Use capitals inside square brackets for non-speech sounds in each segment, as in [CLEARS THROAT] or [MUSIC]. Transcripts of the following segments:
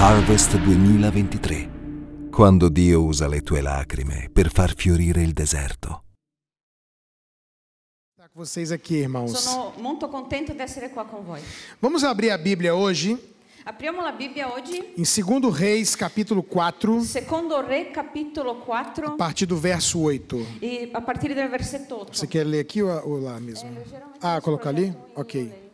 Harvest 2023. Quando Dio usa le tue lacrime per far fiorire il deserto. Estar Tá com vocês aqui, irmãos. Sono molto contento di essere qua con voi. Vamos abrir a Bíblia hoje Apriamo la Bibbia oggi, em 2 Reis, capítulo 4, secondo Re capitolo a 4, partir do verso 8. e a partire dal versetto 8. Você quer ler aqui ou ou lá mesmo? Ah, colocar ali? Ok.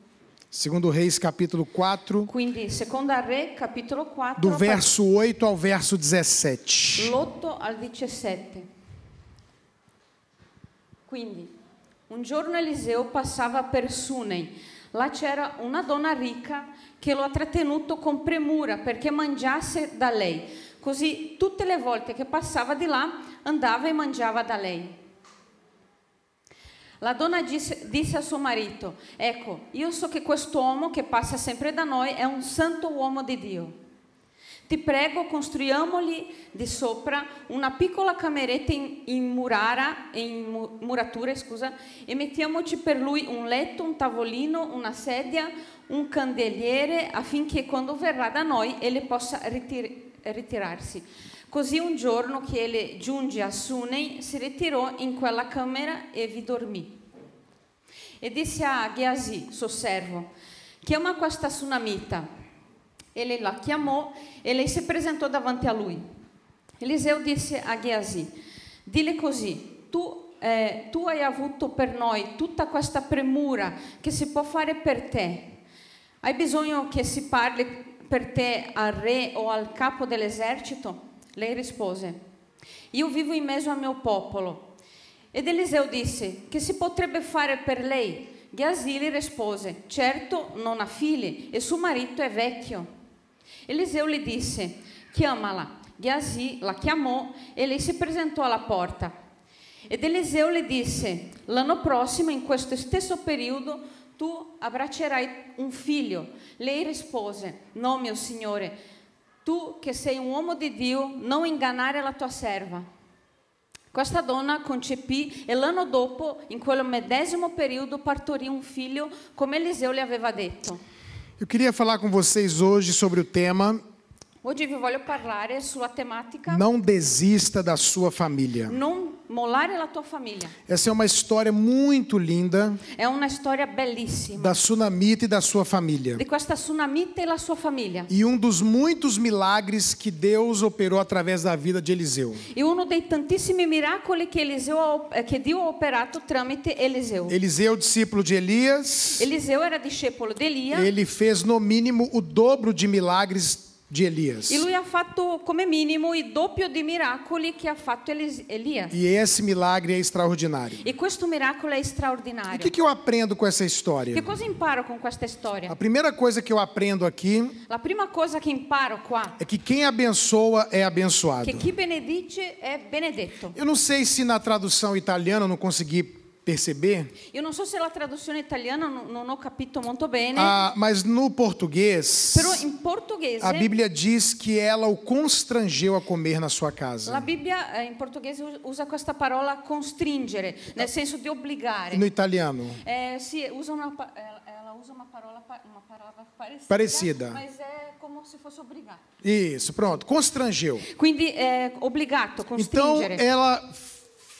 2 Reis, capítulo 4, Quindi seconda Re capitolo 4, do verso 8 ao verso 17. l'8 al 17. Quindi, un giorno Eliseo passava per Sunei. Là c'era una donna ricca che lo ha trattenuto con premura perché mangiasse da lei. Così tutte le volte che passava di là andava e mangiava da lei. La donna disse, disse a suo marito, ecco, io so che quest'uomo che passa sempre da noi è un santo uomo di Dio. Ti prego, costruiamogli di sopra una piccola cameretta in, in murara, in mu- muratura, scusa, e mettiamoci per lui un letto, un tavolino, una sedia, un candeliere, affinché quando verrà da noi ele possa ritir- ritirarsi. Così un giorno che ele giunge a Sunei, si ritirò in quella camera e vi dormì. E disse a Geasi, suo servo, chiama questa sunamita. Ele la chiamò e lei si presentò davanti a lui. Eliseo disse a Geasi, dille così, tu, eh, tu hai avuto per noi tutta questa premura che si può fare per te. Hai bisogno che si parli per te al re o al capo dell'esercito? Lei rispose, io vivo in mezzo al mio popolo. Ed Eliseo disse, che si potrebbe fare per lei? Gasili rispose, certo non ha figli e suo marito è vecchio. Eliseo le disse, chiamala. Gasì la chiamò e lei si presentò alla porta. Ed Eliseo le disse, l'anno prossimo, in questo stesso periodo, tu abbraccerai un figlio. Lei rispose, no mio signore, tu che sei un uomo di Dio, non ingannare la tua serva. Questa donna concepì e l'anno dopo, in quel medesimo periodo, partorì un figlio come Eliseo le aveva detto. Eu queria falar com vocês hoje sobre o tema Oggi vi voglio parlare sulla tematica Não Desista da Sua Família. Non mollare la tua famiglia. Essa é uma história muito linda È una storia bellissima da Sunamita e da sua família. di questa tsunamita e la sua famiglia. E um dos muitos milagres que Deus operou através da vida de Eliseu. E uno dei tantissimi miracoli che, Eliseo ha op- eh, che Dio ha operato tramite Eliseo. Eliseu, discípulo de Elias, Eliseo era discepolo di Elia ele fez no mínimo o dobro de milagres de Elias. e lui ha fatto come minimo il doppio di miracoli che ha fatto Elis- Elia. E esse milagre é extraordinário. E questo miracolo è O straordinario. que, que eu aprendo com essa Che história? cosa imparo con questa A storia? primeira coisa que eu aprendo aqui La prima cosa che imparo qua é que quem abençoa é è abençoado. che chi benedice è benedetto. Eu não sei se na tradução italiana eu não consegui perceber, Io non so se la traduzione italiana non, non ho capito molto bene, ah, mas no português però in portoghese a Bíblia diz que ela o constrangeu a comer na sua la casa. Bibbia eh, in portoghese us- usa questa parola constringere, nel Ah. senso di E obbligare. no italiano? Eh, sì, usa una, pa- eh, ela usa una parola, pa- una parola Parecida. parecida, ma è come se fosse obbligato. Isso, pronto, constrangeu. Quindi eh, obbligato, Então constringere. ela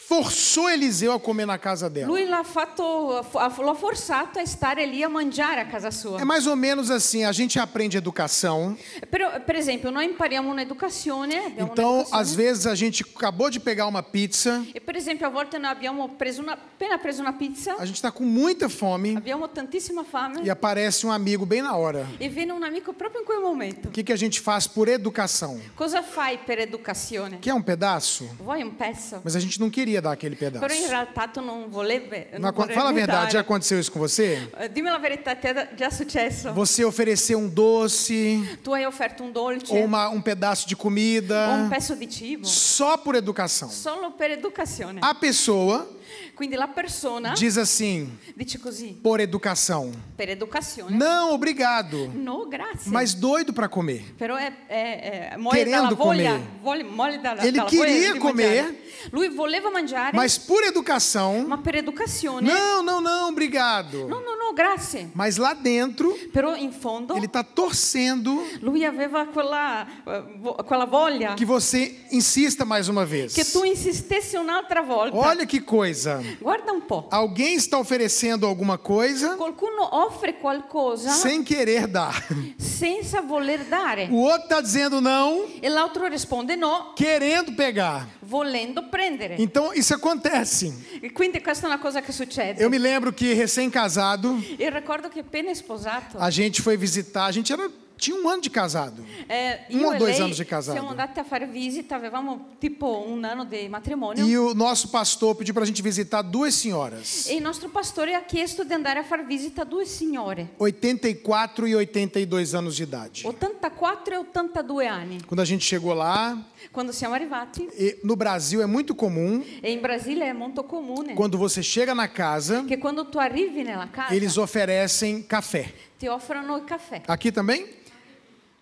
forçou Eliseu a comer na casa dela. Lui l'ha fatto, f- l'ha forzato a stare lì a mangiare a casa sua. É mais ou menos assim, a gente aprende educação. Però, per esempio, noi impariamo un'educazione, abbiamo Então, un'educazione. às vezes a gente acabou de pegar uma pizza, E per esempio a volte noi abbiamo preso una, appena preso una pizza, a gente está com muita fome abbiamo tantissima fame e apparece um amigo bem na hora. e viene un amico proprio in quel momento. O que, que a gente faz por educação? Cosa fai per educazione? Quer um pedaço? Vuoi un pezzo? Mas a gente não queria dar aquele Però in pedaço. realtà tu non volebbe. Não Non acon- vorrebbe Fala a dare. verdade, já aconteceu isso com você? Eh, Dimmi la verità, ti è da- già successo? Você ofereceu um doce Tu hai offerto un dolce ou uma- um pedaço de o un comida pezzo di cibo? só por educação. Solo per educazione. A pessoa Quindi la persona diz assim, dice così, por educação. per educazione, Não, obrigado. no grazie. Mas doido para comer. Però è, è, è muore Querendo dalla voglia, comer. vuole- muore dalla, Ele dalla voglia queria di comer. mangiare. Lui voleva mangiare, Mas por educação, ma per educazione. não, não, não, obrigado. no, no, no, sono grazie, Mas lá dentro, però in fondo ele está torcendo lui aveva quella, eh, vo- quella voglia que você insista mais uma vez. che tu insistessi un'altra volta. Olha Ah. que coisa. Guarda un po', Alguém está oferecendo alguma coisa qualcuno offre qualcosa sem querer dar. senza voler dare O outro está dizendo não, e l'altro risponde no, querendo pegar. volendo prendere. Então isso acontece. E quindi questa è una cosa che succede. Eu me lembro que recém-casado, Io ricordo che appena sposato, a gente foi visitar, a gente era tinha um ano de casado. eh, um io ou e dois lei anos de casado. siamo andati a fare visita, avevamo tipo un anno di matrimonio E o nosso pastor pediu para a gente visitar duas senhoras, e é il nostro pastore ha chiesto di andare a far visita a due signore, 84 e 82 anos de idade. 84 e 82 anni. Quando a gente chegou lá, Quando siamo arrivati, e no Brasil é muito comum, e in Brasile è molto comune quando você chega na casa, che né? quando tu arrivi nella casa eles oferecem café. ti offrono il caffè. Aqui também?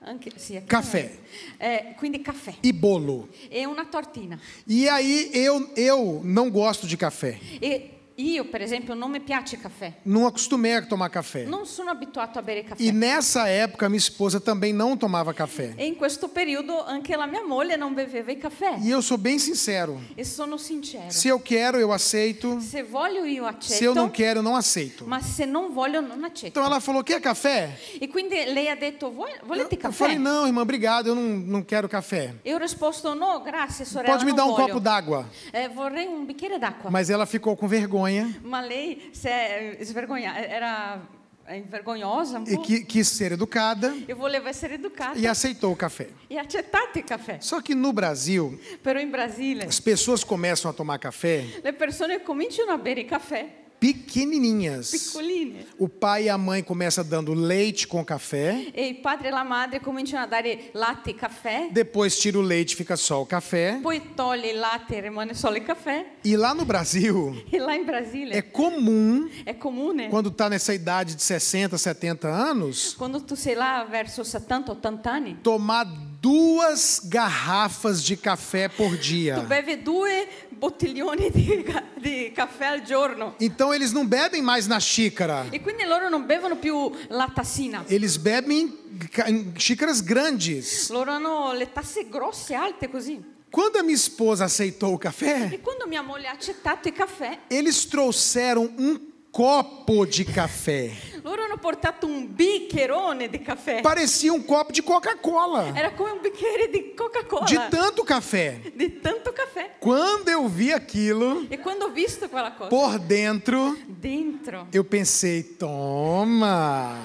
Anche- sì, anche Caffè. noi. Eh, quindi caffè E bolo. e una tortina. E aí eu, eu não gosto de café. E io, per esempio, non mi piace il caffè. Não acostumei a tomar café. Non sono abituato a bere caffè. É. E nessa época, minha esposa também não tomava café. E in questo periodo anche la mia moglie non beveva il caffè. E eu sou bem sincero. E sono sincero. Se eu quero, eu aceito. Se voglio io accetto, Se eu não quero, eu não aceito. ma se non voglio non accetto. Então ela falou: Quer café? E quindi lei ha detto, "Vuoi- volete Eu caffè? falei: Não, irmã, obrigado, eu não, não quero café. E ho risposto, no, grazie sorella, Pode me non dar um voglio. copo d'água. Eh, vorrei un bicchiere d'acqua. Mas ela ficou com vergonha Ma lei si è eh, svergogna- era eh, vergognosa un e po'. qui- quis ser educada Io volevo essere educata e aceitou o café. e accettate il caffè. Só que no Brasil, Però in Brasile as pessoas começam a tomar café le persone cominciano a bere il caffè, pequenininhas. piccoline. O pai e a mãe começam dando leite com café, E il padre e la madre cominciano a dare latte e caffè, depois tira o leite, fica só o café. poi toglie il latte e rimane solo il caffè. E lá no Brasil, E là in é Brasile comum, è comune, quando, quando tá nessa idade de 60, 70 anos, tu sei là verso 70-80 anni, tomar duas garrafas de café por dia. tu bevi due bottiglioni di, ca- di caffè al giorno. Então eles não bebem mais na xícara. E quindi loro non bevono più la tassina. Eles bebem em ca- em xícaras grandes. Loro hanno le tasse grosse, alte così. Quando a minha esposa aceitou o café, E quando mia moglie ha accettato il caffè, eles trouxeram um copo de café. loro hanno portato un bicchierone di caffè. Parecia um copo de Coca-Cola. Era come un bicchiere di Coca-Cola. De tanto café. Di tanto caffè. Quando eu vi aquilo E quando ho visto quella cosa, por dentro, dentro, eu pensei: toma,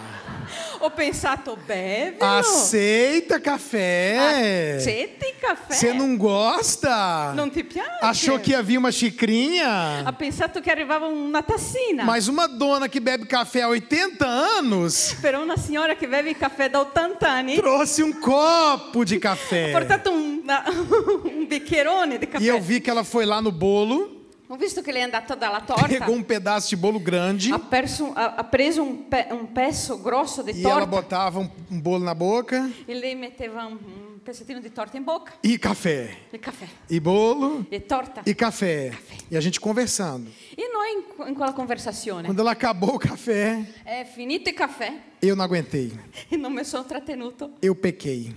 ho pensato, bevilo, aceita café. accetti il É. caffè. Você não gosta? Non ti piace? Achou que havia uma xicrinha? Ha pensato che arrivava una tassina. Mas uma dona que bebe café há 80 anos Per una signora che beve il caffè da 80 anni, [LAUGHS] trouxe um copo de ha café. portato un, una- [LAUGHS] un bicchierone di caffè. E eu vi que ela foi lá no bolo, Ho visto che lei è andata dalla torta. Ah, pegou um pedaço de bolo grande Ha, perso- ha- ha preso un, pe- un pezzo grosso di e ela torta botava um, um bolo na boca e lei metteva un, un pezzettino di torta in bocca e café. e caffè E bolo e torta. e café. E a gente conversando. E noi in, in quella conversazione Quando ela acabou o café, è finito il caffè eu não aguentei. [LAUGHS] e non mi sono trattenuto. Eu pequei.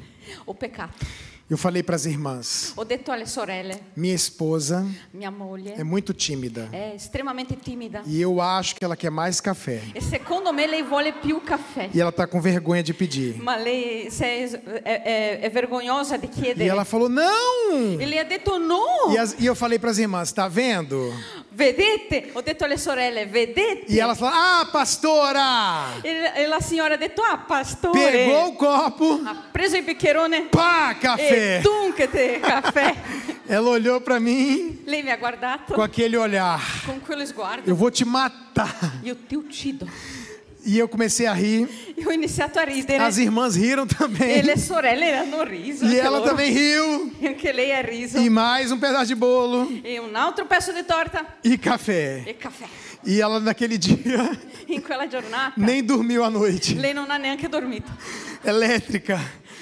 Ho peccato. Eu falei para as irmãs: Ho detto alle sorelle, minha esposa mia moglie é muito tímida. è estremamente timida E eu acho que ela quer mais café. e secondo me lei vuole più caffè. E ela tá com vergonha de pedir. Ma lei se è, è- è- è vergognosa di E chiedere. ela falou: não! E lei ha detto no, E, as- e eu falei para as irmãs: tá vendo? vedete, ho detto alle sorelle, vedete. E ela falou: ah, pastora! E e la signora ha detto, ah pastore, Pegou o copo, ha preso il bicchierone pá, e café! dunque te caffè. Ela olhou para mim Lei mi ha guardato com aquele olhar: con quello sguardo, eu vou te matar. io ti uccido. E eu comecei a rir. Io ho iniziato a ridere As irmãs riram também. e le sorelle hanno riso. E anche ela loro. também riu. E Anche lei ha riso. E mais um pedaço de bolo E un altro pezzo di torta e café. e caffè. E ela naquele dia [LAUGHS] In quella giornata nem dormiu à noite. lei non ha neanche dormito. Elétrica.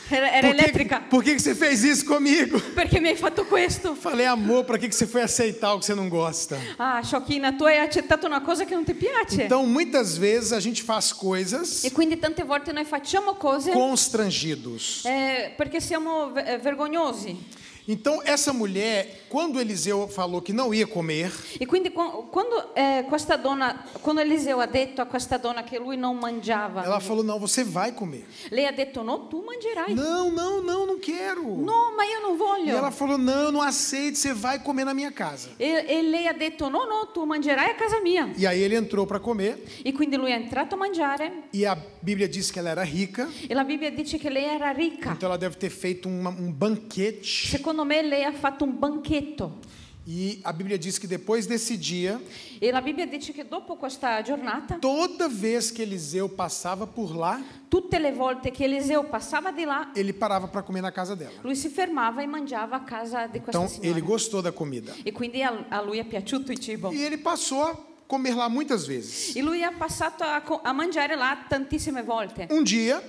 Era, era por que, elétrica. Por que, que você fez isso comigo? Perché mi hai fatto questo? Falei, amor, pra que, que você foi aceitar o que você não gosta? Ah, Sciocchina, tu hai accettato una cosa che non ti piace. Então, muitas vezes a gente faz coisas É. e quindi tante volte noi facciamo cose constrangidos. eh, perché siamo ve- eh, vergognosi. Então, essa mulher, quando Eliseu falou que não ia comer, E quindi qu- quando, eh, questa donna, quando Eliseo ha detto a questa donna che lui non mangiava, ela falou: Não, você vai comer. lei ha detto no, tu mangerai. Não, não, não, não quero. No, ma io non E voglio. ela falou: Não, não aceito, você vai comer na minha casa. E, e lei ha detto no, no, tu mangerai a casa mia. E aí ele entrou para comer, E quindi lui è entrato a mangiare e a Bíblia diz que ela era rica, e la Bibbia dice che lei era ricca. então ela deve ter feito uma- um banquete. Secondo me lei ha fatto un banchetto. E a Bíblia diz que depois desse dia, E la Bibbia dice che dopo questa giornata, toda vez que Eliseu passava por lá, tutte le volte che Eliseo passava di là, ele parava para comer na casa dela. lui si fermava e mangiava a casa di questa Então ele signora. gostou da comida. E quindi a, a lui è piaciuto il cibo. E ele passou a comer lá muitas vezes. E lui ha passato a, co- a mangiare là tantissime volte. Um dia,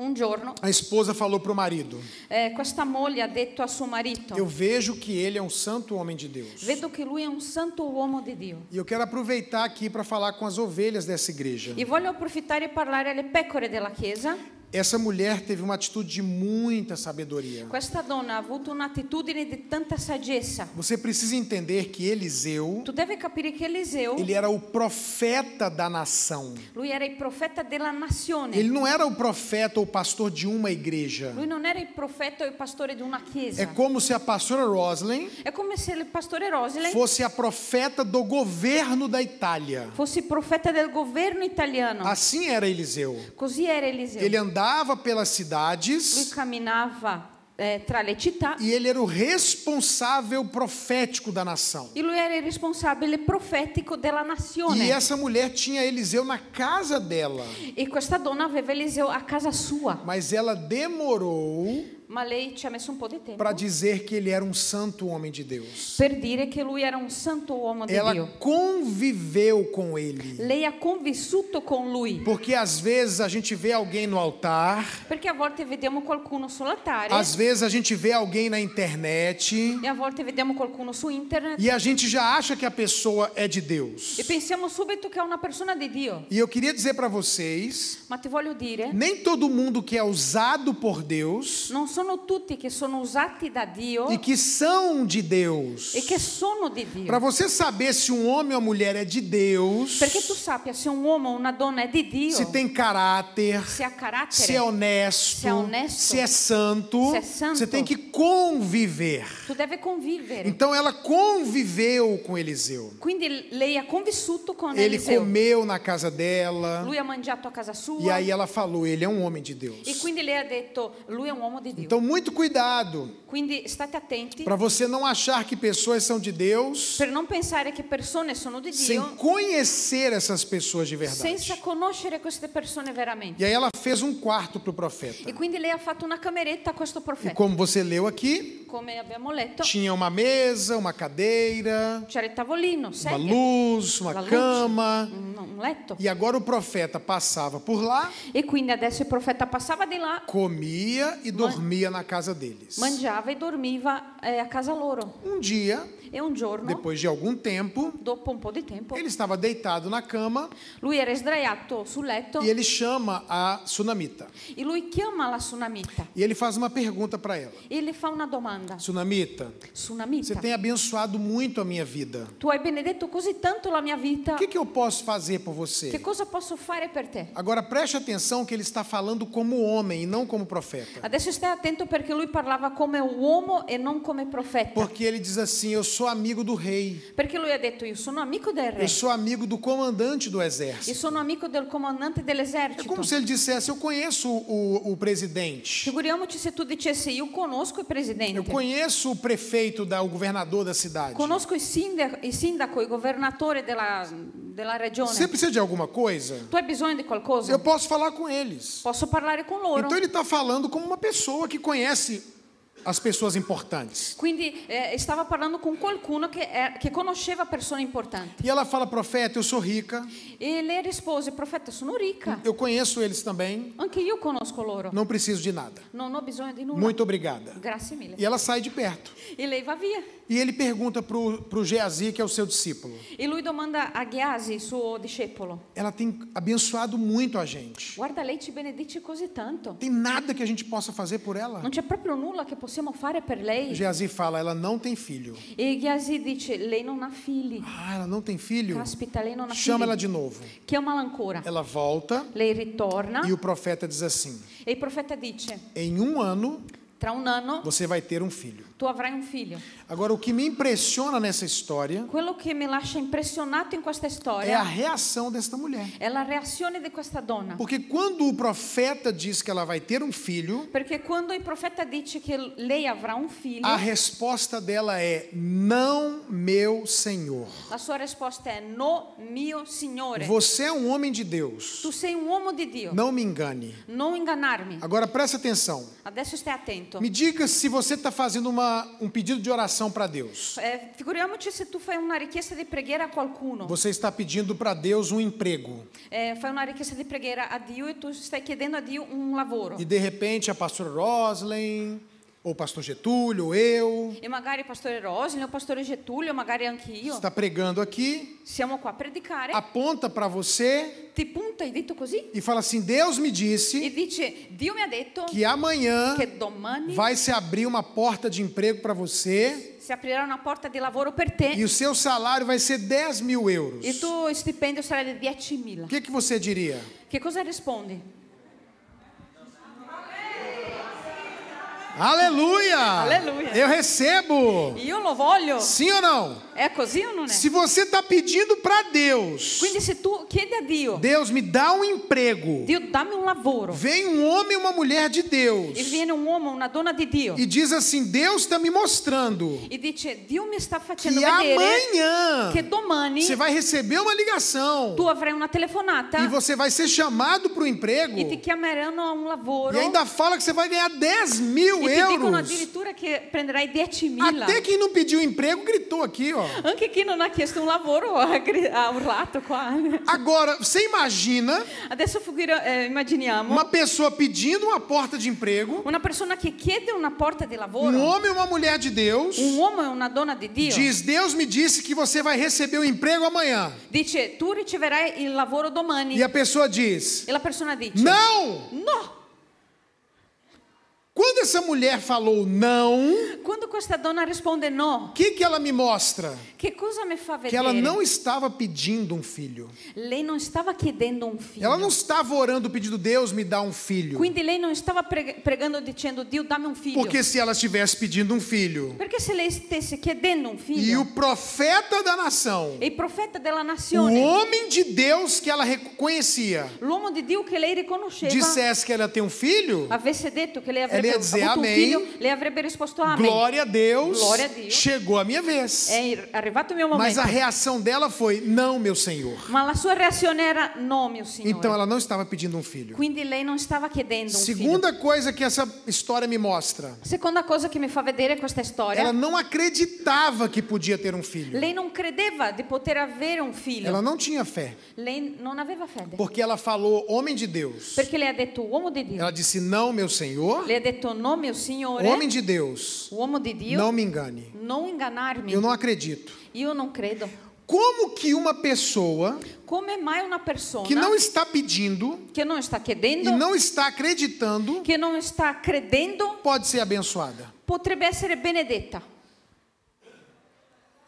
Un giorno a esposa falou para o marido: eh, questa moglie ha detto a suo marito, Eu vejo que ele é um santo homem de Deus. vedo che lui è un santo uomo di Dio. E eu quero aproveitar aqui para falar com as ovelhas dessa igreja. E voglio approfittare e parlare alle pecore della Chiesa. Essa mulher teve uma atitude de muita sabedoria. Questa donna ha avuto un'attitudine di tanta saggezza. Você precisa entender que Eliseu, Tu devi capire che Eliseo, ele era o profeta da nação. lui era il profeta della nazione. Ele não era o profeta ou pastor de uma igreja. Lui non era il profeta o il pastore di una É chiesa. como se a pastora Roslyn È come se il pastore Rosley fosse a profeta do governo da Itália. fosse il profeta del governo italiano. Assim era Eliseu. Così era Eliseo. Ele andava pelas Lui cidades camminava eh, tra le città e ele era o responsável profético da nação. e lui era il responsabile profetico della E nazione. essa mulher tinha Eliseu na casa dela, E questa donna aveva Eliseo a casa sua, mas ela demorou ma lei ci ha messo un po' di tempo para dizer que ele era um santo homem de Deus. per dire che lui era un santo uomo di Ela Dio. conviveu com ele. Lei ha convissuto con lui, Porque às vezes a gente vê alguém no altar, perché a volte vediamo qualcuno sull'altare às vezes a gente vê alguém na internet e a volte vediamo qualcuno su internet e a gente já acha que a pessoa é de Deus. e pensiamo subito che è una persona di Dio. E eu queria dizer para vocês, Ma ti voglio dire, nem todo mundo que é usado por Deus non sono tutti che sono usati da Dio e e que são de Deus. che sono di Para Dio. você saber se um homem ou uma mulher é de Deus, Perché tu sappia se un uomo o una donna è di Dio, se tem caráter, se ha carattere, se é honesto, Se é honesto. se é santo, Se é santo. você tem que conviver. tu deve convivere. Então ela conviveu com Eliseu. Quindi lei ha convissuto con Ele Eliseo. comeu na casa dela Lui ha mangiato a casa sua e aí ela falou: ele é um homem de Deus. e quindi lei ha detto, lui è un uomo di Dio. Então muito cuidado Quindi state attenti para você não achar que pessoas são de Deus per non pensare che persone sono di sem Dio conhecer essas pessoas de senza verdade. conoscere queste persone veramente. E aí ela fez um quarto para o profeta. E quindi lei ha fatto una cameretta a questo E profeta. como você leu aqui, Come abbiamo letto, tinha uma mesa, uma cadeira, c'era il tavolino, uma sedie, luz, la uma luce, cama. un, un letto. E agora o profeta passava por lá, E quindi adesso il profeta passava di là, comia e dormia na casa deles. mangiava e dormiva eh, a casa loro. Um dia, E un giorno, depois de algum tempo, dopo un po' di tempo, ele estava deitado na cama lui era sdraiato sul letto e ele chama a sunamita. e lui chiama la Sunamita E ele faz uma pergunta para ela: e le fa una domanda. Sunamita, você Sunamita, tem abençoado muito a minha vida. tu hai benedetto così tanto la mia vita, O que, che que eu posso fazer por você? cosa posso fare per te? Agora preste atenção que ele está falando como homem e não como profeta. Adesso stai attento perché lui parlava come uomo e non come profeta. Porque ele diz assim: Eu sou amigo do rei, Perché lui ha detto io sono amico del re, eu sou amigo do comandante do io exército. sono amico del comandante É dell'esercito. como se ele dissesse: Eu conheço o, o presidente, Figuriamoci se tu dicessi io conosco il eu presidente, conheço o prefeito, da, o governador da cidade. conosco il sindaco, il, sindaco, il governatore della, della regione. Você precisa de alguma coisa? Tu hai bisogno di qualcosa? Eu posso falar com eles. tá Posso parlare con loro. Então ele está falando como uma pessoa que conhece as pessoas importantes. Quindi eh, stava parlando con qualcuno che, è- che conosceva persone importanti. E ela fala, profeta, eu sou rica, E lei rispose, profeta, sono ricca, eu conheço eles também, anche io conosco loro, não preciso de nada. non ho bisogno di nulla. Muito obrigada. Grazie mille. E ela sai de perto. E lei va via. E ele pergunta pro, pro Geazi, que é o seu discípulo. E lui domanda a Ghiasi, suo discepolo, Ela tem abençoado muito a gente. guarda lei ci benedice così tanto, Tem nada que a gente possa fazer por ela? non c'è proprio nulla che possiamo fare per O lei. Geazi fala, ela não tem filho. E Ghiasi dice, lei non ha figli, Ah, ela não tem filho? caspita, lei non ha Chama ela figli. de novo. Chiamala ancora. Ela volta Lei ritorna e o profeta diz assim: e il profeta dice, Em um ano tra un anno você vai ter um filho. tu avrai un figlio. Agora, o que me impressiona nessa história Quello che mi lascia impressionato in é questa a storia reação desta mulher. è la reazione di questa donna. Porque quando o profeta diz que ela vai ter um filho, Perché quando il profeta dice che lei avrà un a figlio, resposta dela é: Não, meu senhor. la sua risposta è no, mio Signore. Você é um homem de Deus. Tu sei um un uomo di Dio. Não me engane. Non ingannarmi. Agora presta atenção. Adesso stai attento. Me diga se você está fazendo uma, um pedido de oração para Deus. Eh, figuriamoci se tu fai una richiesta di preghiera a qualcuno. Você está pedindo para Deus um emprego. Eh, fai una richiesta di preghiera a Dio e tu stai chiedendo a Dio un lavoro. E de repente a pastora Roslyn, ou o pastor Getúlio, ou eu, E magari il pastore Roslin, o pastore Getulio, magari anche io. está Ah. pregando aqui, Siamo qua a predicare. aponta para você Ti punta il dito così e fala assim: Deus me e disse dice: Dio mi ha detto que amanhã che domani vai se abrir uma porta de emprego para você si aprirà una porta di lavoro per te e o seu salário vai ser 10 mil euros. e il tuo stipendio sarà di O 10.000. que, que você diria? Che cosa rispondi? Aleluia! Aleluia! Eu recebo! Io lo voglio. Sim ou não? È così o non è? Se você está pedindo para Deus, né? Quindi se tu chiedi a Dio, Deus me dá um emprego, Dio dammi un lavoro, vem um homem e uma mulher de Deus e viene un uomo, una donna di Dio, e diz assim: Deus está me mostrando e dice Dio mi sta facendo que vedere amanhã che domani você vai receber uma ligação tu avrai una telefonata e você vai ser chamado para o emprego e ti e chiameranno a un lavoro ainda fala que você vai ganhar 10 e mil ti dicono euros. addirittura che prenderai 10.000. Até quem não pediu emprego gritou aqui, ó. Anche chi non ha chiesto un lavoro ha, gri- ha urlato qua. Agora, você imagina Adesso figura- eh, immaginiamo uma pessoa pedindo uma porta de emprego, una persona che chiede una porta di lavoro, um homem e uma mulher de Deus, un uomo e una donna di Dio. diz: Deus me disse que você vai receber o emprego amanhã. Dice tu riceverai il lavoro domani E a pessoa diz: e la persona dice Não! no. Quando essa mulher falou não, Quando questa donna risponde no, o que, que ela me mostra? che cosa mi fa Que vedere? ela não estava pedindo um filho. Lei non stava chiedendo un figlio. Ela não estava orando pedindo, Deus me dá um filho. Quindi lei non stava pre- pregando dicendo Dio dammi un figlio. Porque se ela estivesse pedindo um filho, Perché se lei stesse chiedendo un e figlio o profeta da nação, e il profeta della o nazione, homem de Deus que ela reconhecia, l'uomo di Dio che lei riconosceva, dissesse que ela tem um filho, avesse detto che lei Ella avrebbe ia dizer avuto un amém. figlio, lei avrebbe risposto amen. glória a Deus, Glória a Deus. É chegou a minha vez. È ir- arrivato il mio Mas momento. a reação dela foi: não, meu senhor. Ma la sua reazione era no, mio Signore. Então ela não estava pedindo um filho. Quindi lei non stava chiedendo um un figlio. Segunda coisa que essa história me mostra: Seconda cosa che mi fa vedere questa storia, ela não acreditava que podia ter um filho. lei non credeva di poter avere un figlio. Ela não tinha fé, Lei non aveva fede. porque ela falou homem de Deus. Perché lei ha detto uomo di Dio. Ela disse: Não, meu senhor, Lei ha detto no, mio Signore, homem de Deus, uomo di Dio, não me engane. non ingannarmi. Eu não acredito. Io non credo. Como que uma pessoa Come mai una persona que não está pedindo che non sta e chiedendo, não está acreditando che non sta credendo, pode ser abençoada? potrebbe essere benedetta?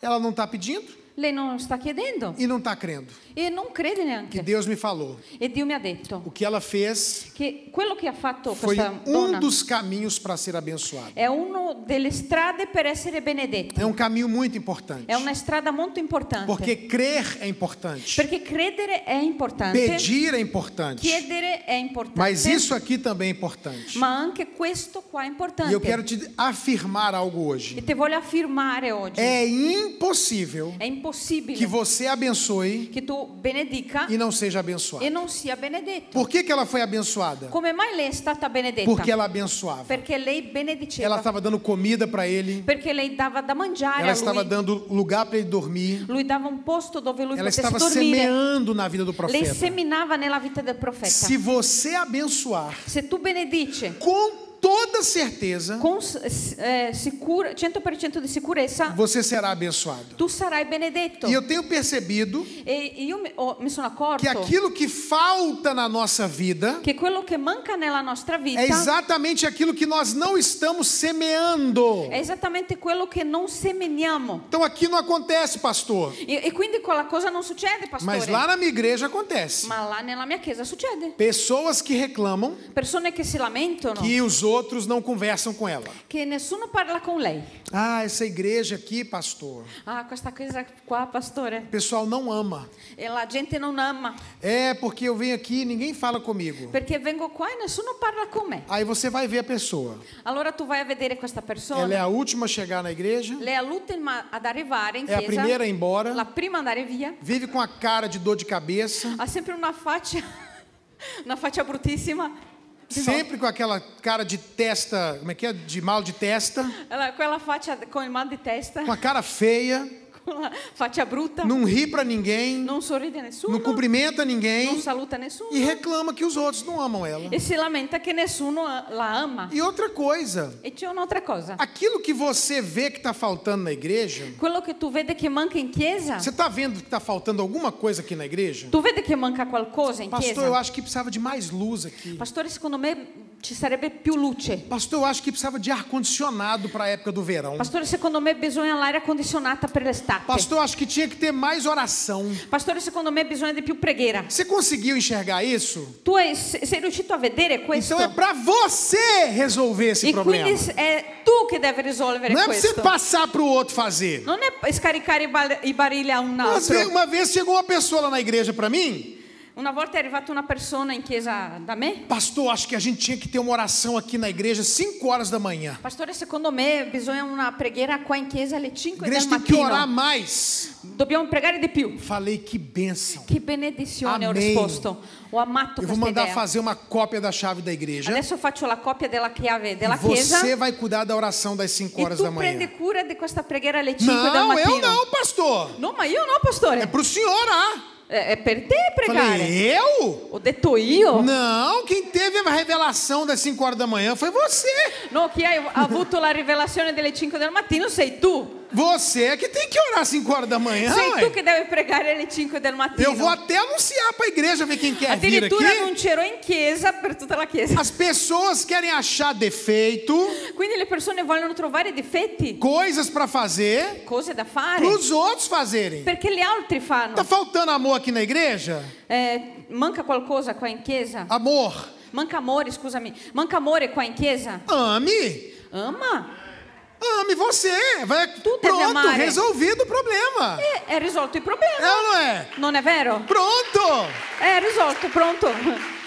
Ela não está pedindo Lei non sta chiedendo e não está crendo. e non crede Que neanche. Deus me falou. E Dio mi ha detto O que ela fez che quello che ha fatto foi questa um donna dos caminhos para ser abençoado. è una delle strade per essere benedetti. É um caminho muito importante. È una strada molto É importante. Porque crer é importante. Perché credere è importante, né? Pedir é importante. chiedere è importante, Mas isso aqui também é importante. ma anche questo qua è E importante. eu quero te afirmar algo E hoje. Eh, te voglio affermare oggi, É impossível è impossibile que você abençoe che tu benedica e não seja abençoado. e non sia benedetto. Por que, que ela foi abençoada? Come mai lei è stata benedetta? Porque ela abençoava. Perché lei Ela benediceva, estava dando comida para ele, perché lei dava da mangiare ela a lui, estava dando lugar para ele dormir, lui dava un posto dove lui ela potesse estava dormire. semeando na vida do Lei profeta. seminava nella vita del profeta. Se você abençoar, Se tu benedici com toda certeza, con s- s- eh, sicura- 100% di sicurezza, você será abençoado. tu sarai benedetto. E eu tenho percebido E io mi, ho- mi sono que accorto aquilo que falta na nossa vida che quello che manca nella nostra vita é exatamente aquilo que nós não estamos semeando. è esattamente quello che non seminiamo. Então aqui não acontece, pastor. é. E, e quindi quella cosa non succede, pastore. Mas lá na minha igreja acontece. Ma là nella mia chiesa succede. Pessoas que reclamam Persone che si lamentano, que os outros não conversam com ela. che nessuno parla con lei. Ah, essa igreja aqui, pastor. Ah, questa chiesa qua, O pastore, pessoal não ama. e la gente non ama. É porque eu venho aqui e ninguém fala comigo. Perché vengo qua e nessuno parla con me. Aí você vai ver a pessoa. Allora tu vai a vedere questa persona. Ela é a última a chegar na igreja, Lei è l'ultima ad arrivare in è a chiesa. primeira a ir embora, La prima ad andare via. vive com a cara de dor de cabeça, Ha sempre una [LAUGHS] faccia, una faccia bruttissima. Di volta. sempre com aquela cara de testa, como é que é? De mal de testa, Ela- Quella faccia con il mal di testa, [LAUGHS] com a cara feia, con la faccia brutta. não ri pra ninguém, Non sorride nessuno. não cumprimenta non ninguém saluta nessuno. e reclama que os outros não amam ela. E si lamenta che nessuno la ama. E outra coisa, E c'è un'altra cosa. aquilo que você vê que está faltando na igreja, Quello che tu vede che manca in chiesa, você está vendo que está faltando alguma coisa aqui na igreja? tu vedi che manca qualcosa in Pastor, eu chiesa. acho que precisava de mais luz aqui. Pastore, secondo me ci sarebbe più luce. Pastor, eu acho que precisava de ar-condicionado para a época do verão. Pastore, secondo me bisogna l'aria condizionata per l'estate. Pastor, eu acho que tinha que ter mais oração. Pastore, secondo me bisogna di più preghiera. Você conseguiu enxergar isso? Tu hai- se- sei riuscito a vedere questo? Então é para você resolver esse e problema. quindi s- è tu che devi risolvere Não é para questo. você passar para o outro fazer. Non è p- scaricare i, bal- i barili a un Uma altro. vez, uma vez chegou uma pessoa lá na igreja para mim, Una volta è arrivata una persona in chiesa da me. pastor, acho que a gente tinha que ter uma oração aqui na igreja 5 horas da manhã. Pastore, secondo me bisogna una preghiera qua in chiesa alle A 5 del igreja tem que orar mattino. mais. Dobbiamo pregare di più. Falei que bênção. Che benedizione ho Amen. risposto. Ho amato Eu vou questa mandar idea. fazer uma cópia da chave da igreja. Adesso faccio la copia della chiave E della chiesa. você vai cuidar da oração das 5 E horas da tu manhã. prendi cura di questa preghiera alle 5 del Não, mattino. eu não, pastor. No, ma io no, É pastore. pro senhor orar. È, è per te pregare. Falei, eu? Ho detto io? Não, quem teve a revelação das 5 horas da manhã foi você. No, chi ha avuto la rivelazione delle 5 del mattino sei tu. Você é que tem que orar às 5 horas da manhã. sei ué. tu tá che devi pregare alle 5 del mattino. Eu vou até anunciar pra igreja ver quem quer vir aqui. Addirittura non c'ero in chiesa per tutta la chiesa. As pessoas querem achar defeito, Quindi le persone vogliono trovare difetti, coisas pra fazer, cose da fare, pros outros fazerem. perché gli altri Tá fanno. faltando amor aqui na igreja? Eh, manca qualcosa qua in chiesa? Amor, Manca amore, scusami. Manca amore qua in chiesa? Ah, ame. Ama? Ame você. Vai, Tu deve pronto, amar. resolvido o problema. E eh, è risolto il É problema. ou não é? Non è vero? Pronto. È risolto, pronto. [LAUGHS]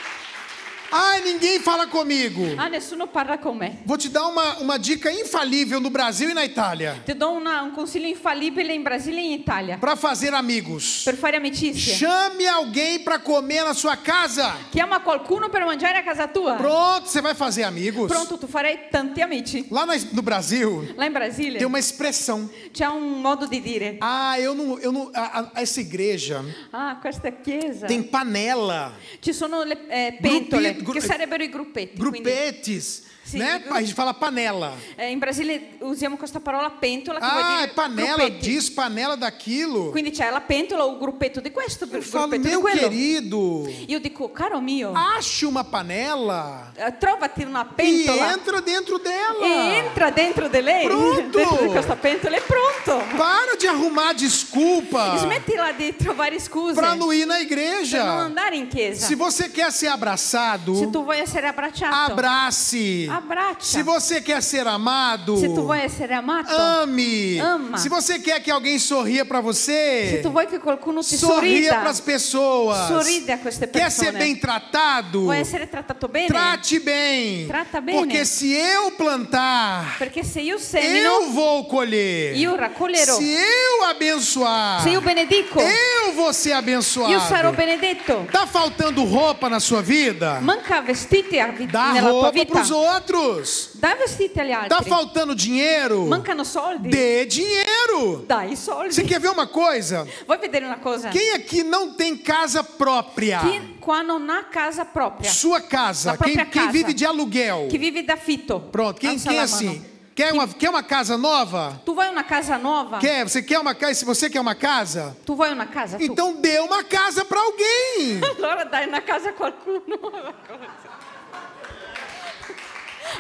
Ai, ninguém fala comigo. Ah, nessuno parla con me. Vou te dar uma, uma dica infalível no Brasil e na Itália Ti do una- un consiglio infallibile in Brasile e in Italia Pra fazer amigos. per fare amicizie. Chame alguém pra comer na sua casa. Chiama qualcuno per mangiare a casa tua. Pronto, você vai fazer amigos. Pronto, tu farai tanti amici. Lá na- no Brasil Là in Brasile tem uma expressão. c'è un modo di dire: Ah, eu não, eu não. a- a- essa igreja Ah, questa è chiesa. tem panela, Ci sono le eh, pentole Gruppi- gru- che sarebbero i gruppetti. quindi. grupetes, Sim, né? grupo. A gente fala panela. Eh, in Brasile usiamo questa parola pentola che vuol Ah, dire é panela gruppetti. disso, panela daquilo. Quindi c'è la pentola o il gruppetto di questo, Eu il falo, gruppetto di meu quello. querido, Io dico, caro mio, ache uma panela. eh, trovati una E pentola entra dentro dela. e entra dentro di lei, Pronto! dentro di [LAUGHS] questa pentola, è pronto. Para de arrumar desculpa Smettila di trovare scuse para não ir na per Cioè, non igreja. andare in chiesa. Se você quer ser abraçado, Se tu vuoi essere abbracciato, abrace. é Abraça. Se você quer ser amado, Se tu vuoi essere amato, Eh. ame. Ama. Se você quer que alguém sorria para você, se tu vuoi che qualcuno ti sorria sorrida, para as pessoas. sorride a queste Quer persone, ser bem tratado? vuoi essere trattato bene, Trate bem. né? Trata né? bene. Porque se eu plantar, perché se io eu semino, vou colher. io raccoglierò. Se eu abençoar, se io benedico, eu vou ser abençoado. io sarò benedetto. Tá faltando roupa na sua vida? um Manca vestiti a vi- Dá nella tua roupa vita. para os outros. Dai vestiti agli altri. Tá faltando dinheiro? Mancano soldi. Dê dinheiro. Dai i soldi. Você quer ver uma coisa? Vuoi vedere una cosa? Quem aqui não tem casa própria? Chi qua non ha casa propria, Sua casa. Na própria Quem, quem casa. vive de aluguel. chi vive d'affitto. Pronto, quem, alza quem é la mano. Ah. assim? Quer uma, quer uma casa nova? Tu vuoi una casa nuova? Quer? Você quer uma casa? Se você quer uma casa, Tu vuoi una casa? tu? [LAUGHS] então dê uma casa para alguém. Allora dai una casa a [LAUGHS] qualcuno. la cosa.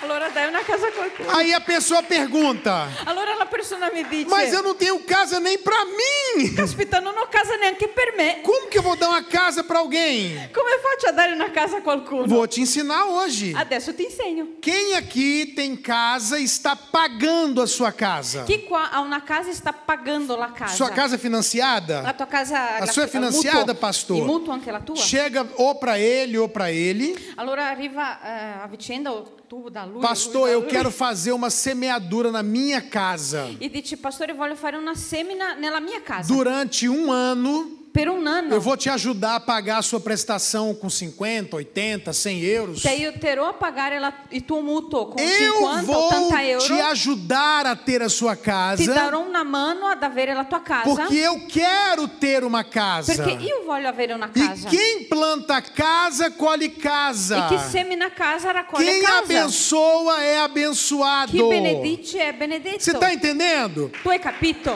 Allora dai una casa a qualcuno. Aí a pessoa pergunta: Allora la persona mi dice, Mas eu não tenho casa nem para mim. caspita non ho Tá casa né? neanche per me, Como que eu vou dar uma casa para alguém? come faccio é a dare una casa a qualcuno? Vou te ensinar hoje. Adesso ti insegno. Quem aqui tem casa e está pagando a sua casa? Chi qua ha una casa e sta pagando la casa? Sua casa é La financiada? tua casa La la- sua é è il finanziata, mutuo? pastore? Il mutuo anche la tua? Chega ou para ele ou para ele. Allora arriva eh, a vicenda o tu da lui. Pastor, lui da eu lui. quero fazer uma semeadura na minha casa. E dici, pastore, voglio fare una semina nella mia casa. Durante um ano, per un anno. eu vou te ajudar a pagar a sua prestação com 50, 80, 100 euros. Te aiuterò a pagare la- il tuo mutuo con Eu 50, vou 80 te euro. ajudar a ter a sua Ti casa, darò una mano ad avere la tua casa. porque eu quero ter uma casa. Perché io voglio avere una E casa. quem planta casa, colhe E casa. chi semina casa raccoglie Quem casa. abençoa é abençoado. Chi benedice è Você tá benedetto. está entendendo? é Tu hai capito?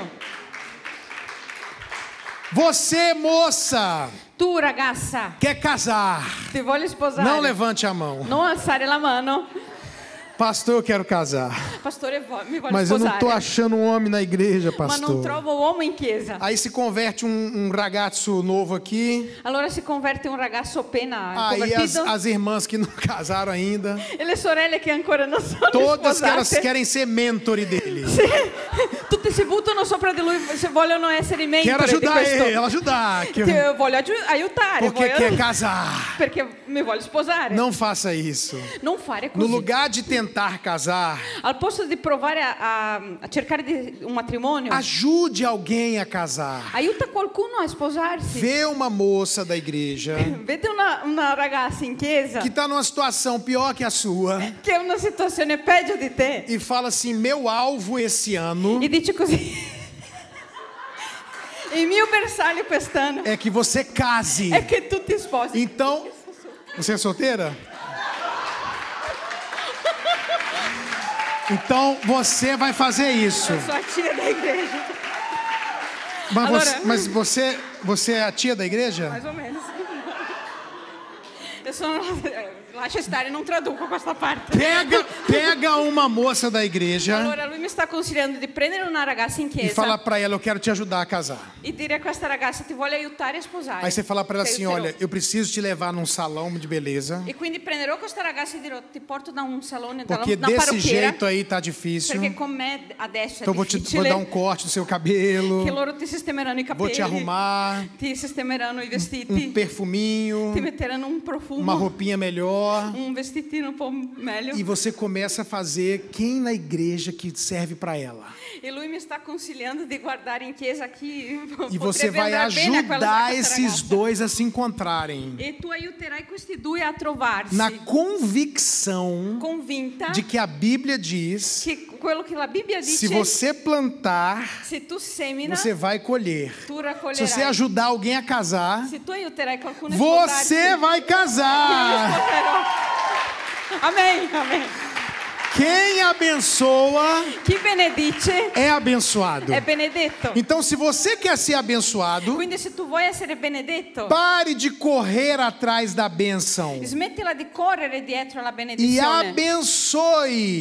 Você, moça, Tu ragazza, quer casar. ti voglio sposare. Não levante a mão. Non alzare la mano. Pastor, eu quero casar. Pastore, vo- mi voglio Mas eu não sposare. tô achando um homem na igreja, ma non pastor. trovo uomo in chiesa. Aí se converte um, um ragazzo novo aqui. Allora si converte un ragazzo appena Aí as, convertito. as irmãs que não [LAUGHS] casaram ainda, E le é sorelle che ancora non sono todas que elas sposate. querem ser mentore dele. Sì, tutti si buttano sopra di lui se vogliono essere i Quero mentori di ajudar questo. ele, ajudar. que eu- Ti- eh, voglio aggiu- aiutare, porque voglio- quer casar. perché mi voglio sposare. Não faça isso. Non fare No così. lugar de tentar casar, Al posto di provare a, a- a cercare di- un matrimonio, ajude alguém a casar. aiuta qualcuno a sposarsi. Vê uma moça da igreja Vede una, una ragazza in chiesa que está numa situação pior que a sua che è una situazione peggio di te e fala assim: meu alvo esse ano e dice così. Il mio bersaglio quest'anno é que você case. è che tu ti sposi. Então, você é solteira? Então você vai fazer isso. Sono a tia da igreja, Mas Agora- você, mas você, você é a tia da igreja? mais o meno. Eu [LAUGHS] sono. Lascia stare, non traduco questa parte. Pega, [LAUGHS] pega uma moça da igreja Allora lui mi sta consigliando di prendere una ragazza in e chiesa fala pra ela: eu quero te ajudar a casar. e dire a questa ragazza ti voglio aiutare a sposare. Aí você fala pra ela Ti assim: aiuterò. olha, eu preciso te levar num salão de beleza, E quindi prenderò questa ragazza e dirò ti porto da un salone, da porque una desse parrucchiera jeito aí tá difícil. perché con me adesso Então eu è vou te vou difficile dar um corte no seu che cabelo, loro ti sistemeranno i vou capelli, te arrumar, ti sistemeranno i um vestiti, perfuminho, ti metteranno un profumo, uma roupinha melhor. un vestitino un po' meglio. E você começa a fazer quem na igreja que serve pra ela. E lui mi sta consigliando di guardare in chiesa chi E potrebbe você vai andare bene a quella ajudar questa esses ragazza. dois a se encontrarem E tu aiuterai questi due a trovarsi na convicção convinta de que a Bíblia diz: che quello che la Bibbia dice, se você plantar, se tu semina, você vai colher. tu Se raccoglierai. você ajudar alguém a casar, Se tu aiuterai qualcuno a sposarsi, você vai [LAUGHS] io li casar. sposerò. Amen, amen. Quem abençoa Chi benedice é abençoado. è benedetto. Então, se você quer ser abençoado, Quindi se tu vuoi essere benedetto, pare de correr atrás da bênção smettila di correre dietro alla e benedizione né? e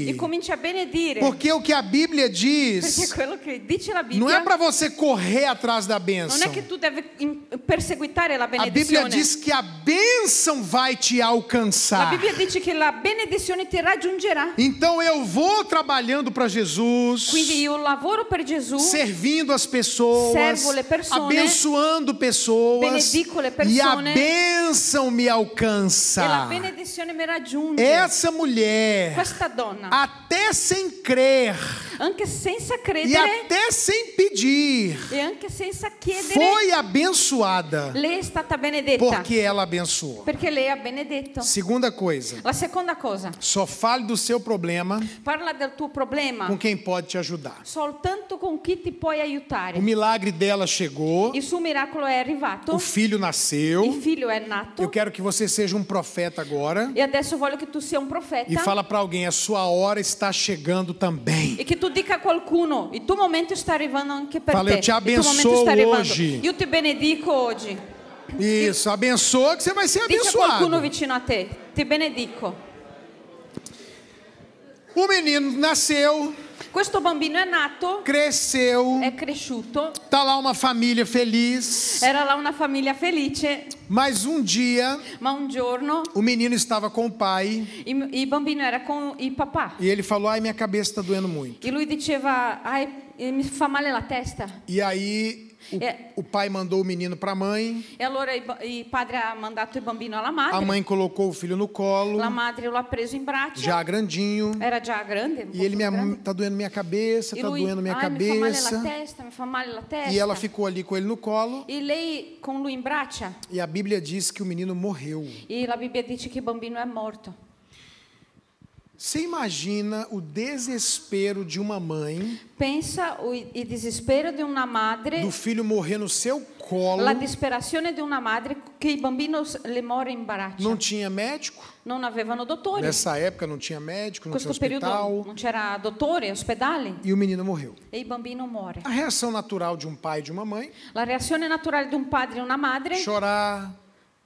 abençoe. comincia a benedire. Porque o que a Bíblia Perché diz quello che dice la Bibbia não é para você correr atrás da non bênção. è che tu devi in- perseguitare la A Bíblia benedizione. diz que a bênção vai te La alcançar. Bibbia dice che la benedizione ti raggiungerà. Então eu vou trabalhando para Jesus, Quindi io lavoro per Gesù, servindo as pessoas, Servo le persone, abençoando pessoas, benedico le e a persone, bênção me e la alcança. benedizione mi raggiunge. Essa mulher, Questa donna, até sem crer anche senza Ah. e credere até sem pedir, e anche senza chiedere, foi abençoada lei è stata benedetta. porque ela abençoou. Perché lei ha benedetto. Segunda coisa, La seconda cosa, só fale do seu problema parla del tuo problema com quem pode te ajudar. soltanto con chi ti puoi O aiutare. milagre dela chegou, Il suo miracolo è arrivato, o filho nasceu. il figlio è Eu nato quero que você seja um profeta agora e adesso voglio che tu sia un e profeta fala para alguém, a sua hora está chegando também. e che tu dica a qualcuno il tuo momento sta arrivando anche per Fala, te. "Eu ti il tuo momento abençoo sta arrivando. oggi." Io ti benedico oggi. Isso, abençoa que você vai ser Dice a qualcuno abençoado. vicino a te, ti benedico. O menino nasceu, Questo bambino è nato, cresceu, è cresciuto, tá lá uma família feliz, era là una famiglia felice, mas um dia ma un giorno o menino estava com o pai il, il bambino era con il papà e ele falou: "Ai, minha cabeça está doendo muito". e lui diceva, "Ai, eh, mi fa male la testa. E aí o, É. o pai mandou o menino para a mãe, E allora il, ba- il padre ha mandato il bambino alla a madre, mãe colocou o filho no colo, la madre lo ha preso in braccio, já grandinho, era già grande, un po' e ele minha, grande. tá doendo minha cabeça, um E tá lui, doendo minha "Ai, mi fa male cabeça. la testa, mi fa male la testa. E ela ficou ali com ele no colo. E lei con lui in braccia. E a Bíblia diz que o menino morreu. E la Bibbia dice che il bambino è morto. Você imagina o desespero de uma mãe Pensa o- il disespero di una madre, do filho morrer no seu colo? la disperazione di una madre che il bambino s- le muore in braccio. Não Non, tinha médico. avevano dottori. Nessa época não tinha médico, In não tinha questo periodo hospital. non c'era dottore, ospedali. E o menino morreu. E il bambino muore. A reação natural de um pai e de uma mãe: La reazione naturale di un padre e una madre, chorar,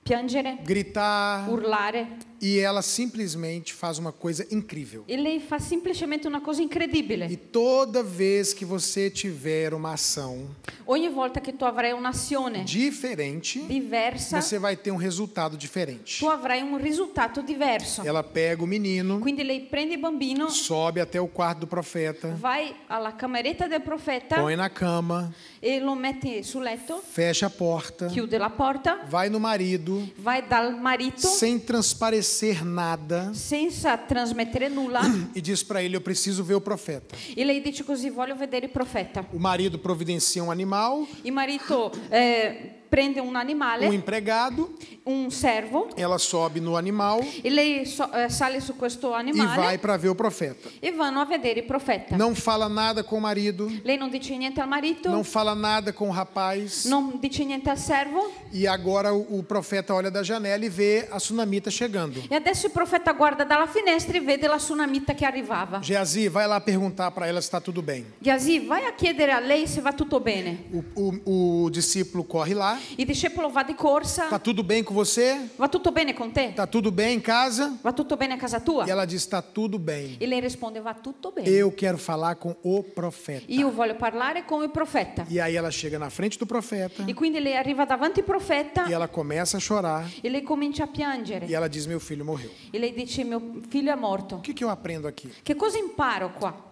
piangere, gritar. urlare. E ela simplesmente faz uma coisa incrível. E lei fa semplicemente una cosa E incredibile. toda vez que você tiver uma ação Ogni volta che tu avrai un'azione diferente, diversa, você vai ter um resultado diferente. tu avrai un risultato diverso. Ela pega o menino, Quindi lei prende il bambino, sobe até o quarto do profeta, vai alla cameretta del profeta põe na cama, e lo mette sul letto, fecha a porta, chiude la porta, vai no marido, vai dal marito sem transparecer nada, senza trasmettere nulla e diz para ele: Eu preciso ver o profeta. e lei dice così voglio vedere il profeta. O marido providencia um animal, Il marito eh, prende un um animale, empregado, un servo ela sobe no animal e lei so- eh, sale su questo e vai animale para ver o profeta. e vanno a vedere il profeta. Não fala nada com o marido, Lei non dice niente al marito, não fala nada com o rapaz. non dice niente al servo. E agora o o profeta olha da janela e vê a tsunamita chegando. E adesso il profeta guarda dalla finestra e vede la tsunamita che arrivava. Geazi, vai lá perguntar para ela se está tudo bem. Ghazi, vai a chiedere a lei se va tutto bene. O, o- o discípulo corre lá. Il discepolo va di Tá corsa. tudo bem com você? Va tutto bene con te? Tá tudo bem em casa? Va tutto bene a casa tua? E ela diz: Tá tudo bem. E lei risponde, va tutto bene. Eu quero falar com o profeta. Io voglio parlare con il profeta. E aí ela chega na frente do profeta E quindi lei arriva davanti al profeta e ela começa a chorar e lei comincia a piangere. e ela diz: Meu filho morreu. E lei dice, mio figlio è morto. O que, que eu aprendo aqui? Che cosa imparo qua?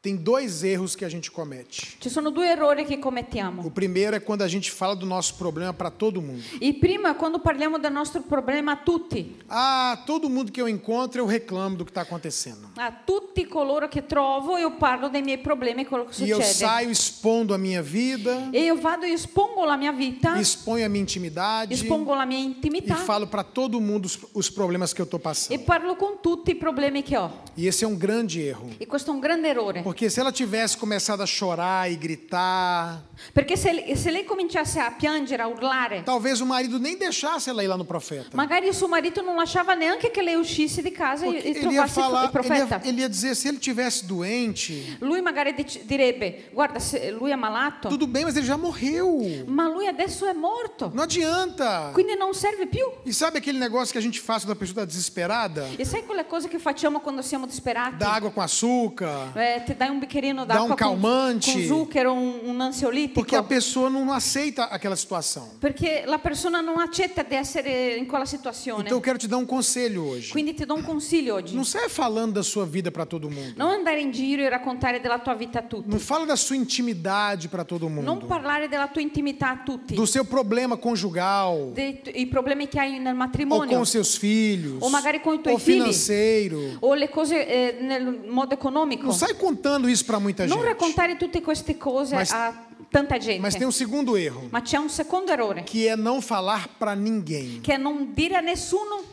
Tem dois erros que a gente comete. Ci sono due errori che O commettiamo. primeiro é quando a gente fala do nosso problema para todo mundo. Il primo è quando parliamo del nostro problema a tutti. Ah, todo mundo que eu encontro, eu reclamo do que está acontecendo. A tutti coloro che trovo io parlo dei miei problemi e quello che E eu succede. saio espondo a minha vida, E io vado e espongo la mia vita, exponho a minha intimidade espongo la mia e intimità falo para todo mundo os, os problemas que eu estou Tá. e passando. parlo con tutti i problemi che ho. E esse é um grande erro, E questo è un grande errore. Porque se ela tivesse começado a chorar e gritar, Perché se, le- se lei cominciasse a piangere, a urlare, talvez o marido nem deixasse ela ir lá no profeta. magari il suo marito non lasciava neanche che lei uscisse di casa e, Porque e ele ia trovasse il falar, ele profeta. ia, ele ia dizer, se ele tivesse doente, Lui magari dic- direbbe, guarda, se lui è malato, tudo bem, mas ele já morreu. ma lui adesso è morto, Não adianta. quindi non serve più. E sabe aquele negócio que a gente faz quando a pessoa está desesperada? E sai quelle cose che facciamo quando siamo disperati? Dá água com açúcar. Eh, ti dai un bicchierino Dá d'acqua un con- calmante. con, zucchero, un, un ansiolitico. Porque a pessoa não aceita aquela situação. Perché la persona non accetta di essere in quella situazione. Então eu quero te dar um conselho hoje. Quindi ti do un consiglio oggi. Não sai falando da sua vida para todo mundo. Non andare in giro e raccontare della tua vita a tutti. Não fala da sua intimidade para todo Non mundo. parlare della tua intimità a tutti. Do seu problema conjugal. Dei tu- I problemi che hai nel Ou matrimonio. com seus filhos. Ou magari com os teus Ou financeiro. O le cose eh, nel modo economico. Não sai contando isso para muita Non gente. raccontare tutte queste cose Mas- a tanta gente. Mas tem um segundo erro. Ma c'è un secondo errore. Que é não falar para ninguém. Che è non dire a nessuno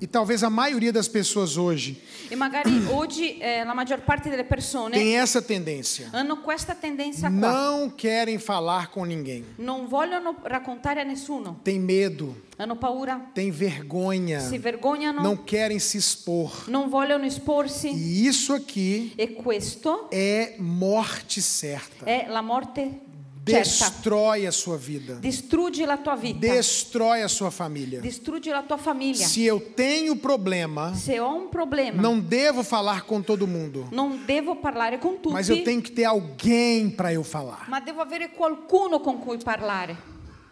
E talvez a maioria das pessoas hoje [CLEARS THROAT] E magari oggi eh, la maggior parte delle persone tem essa tendência. hanno questa tendenza qua. Não querem falar com ninguém. Non vogliono raccontare a nessuno. Tem medo, Hanno paura, tem vergonha, si vergognano, não querem se expor. non vogliono esporsi. E isso aqui E questo é morte certa. è la morte certa. Destrói a sua vida. Distruggi la tua vita, Destrói a sua família. distruggi la tua famiglia. Se eu tenho problema, Se ho un problema, não devo falar com todo mundo, non devo parlare con tutti, mas eu tenho que ter alguém para eu falar. ma devo avere qualcuno con cui parlare.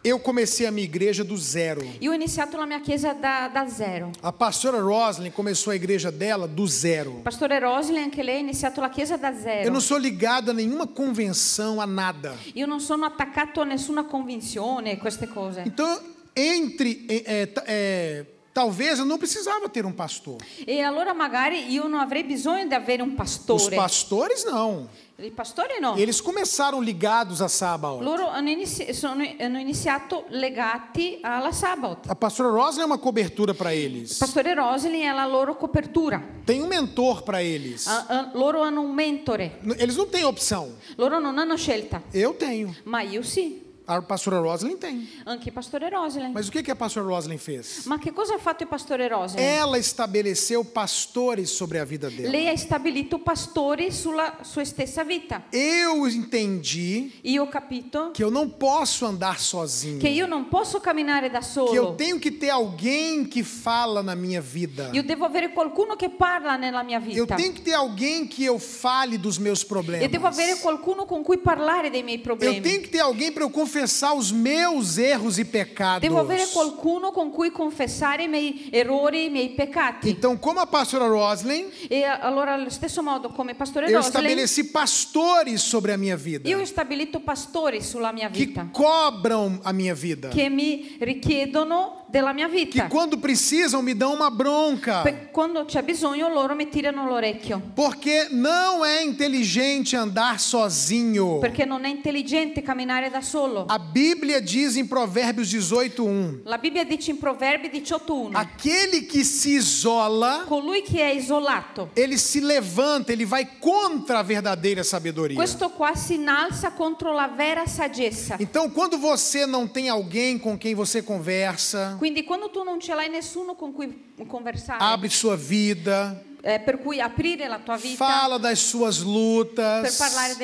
Eu comecei a minha igreja do zero. Io ho iniziato la mia chiesa da, da zero. A pastora Roslyn começou a igreja dela do zero. Pastore Rosli, anche lei ha iniziato la chiesa da zero. Eu não sou ligado a nenhuma convenção, a nada. Io non sono attaccato a nessuna convinzione, queste cose. Então, entre. é, é, ta- é, talvez eu não precisava ter um pastor. E allora magari io non avrei bisogno di avere un Os pastore. pastores, não. Il pastore no. Eles começaram ligados a Sabaoth. Loro hanno, inizi- sono- hanno iniziato legati alla Sabbath. A pastora Roslyn é uma cobertura para eles. Pastore Roslin è la loro copertura. Tem um mentor para eles. Ah, ah, loro hanno un mentore. N- Eles não têm opção. Loro non hanno scelta. Eu tenho. Ma io sì, A pastora Roslyn tem. anche il pastore Roslin. Mas o que, que a pastora Roslyn fez? Ma che cosa ha fatto il pastore Roslin? Ela estabeleceu pastores sobre a vida dela. Lei ha stabilito pastori sulla sua stessa vita. Eu entendi Io ho capito que eu não posso andar sozinho. che io non posso camminare da Que eu solo. tenho que ter alguém que fala na minha vida. Io devo avere qualcuno che parla nella mia Eu vita. tenho que ter alguém que eu fale dos meus problemas. E devo avere qualcuno con cui parlare dei miei Eu tenho problemi. que ter alguém para eu confessar os meus erros e pecados. Devo avere qualcuno con cui confessare i miei errori, i miei peccati. Então, como a pastora Roslyn, E allora allo stesso modo come pastore eu Roslin, estabeleci pastores sobre a minha vida io ho stabilito pastori sulla mia que vita cobram a minha vida, che mi richiedono della mia que vita. quando precisam me dão uma bronca. Per- Quando c'è bisogno loro mi tirano l'orecchio. Porque não é inteligente andar sozinho. Perché non è intelligente camminare da solo. A Bíblia diz em Provérbios 18:1, La Bibbia dice in Proverbi Ah. 18.1 aquele que se isola, Colui che è isolato ele se levanta, ele vai contra a verdadeira sabedoria. Questo qua si innalza contro la vera saggezza. Então, quando você não tem alguém com quem você conversa, Quindi quando tu non ce l'hai nessuno con cui conversare, abre sua vida, eh, per cui aprire la tua vita, fala das suas per lutas, parlare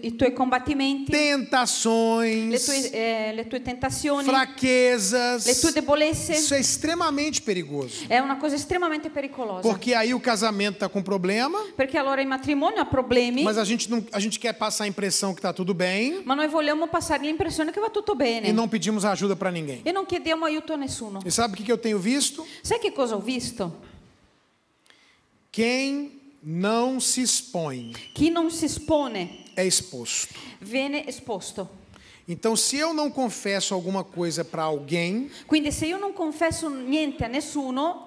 dei tuoi combattimenti, le tentações, tue, eh, le tue tentazioni, fraquezas. le tue debolezze, Isso é extremamente perigoso. è una cosa estremamente pericolosa. Porque aí o casamento está com problema, Perché allora il matrimonio ha problemi, mas a gente, não, a gente quer passar a impressão que está tudo bem ma noi vogliamo passare l'impressione che va tutto bene e não pedimos ajuda para ninguém. e non chiediamo aiuto a nessuno. E sabe o que que eu tenho visto? Sai che cosa ho visto? Quem não se expõe Chi non si espone é exposto. viene esposto. Então, se eu não confesso alguma coisa para alguém, Quindi se io non confesso niente a nessuno,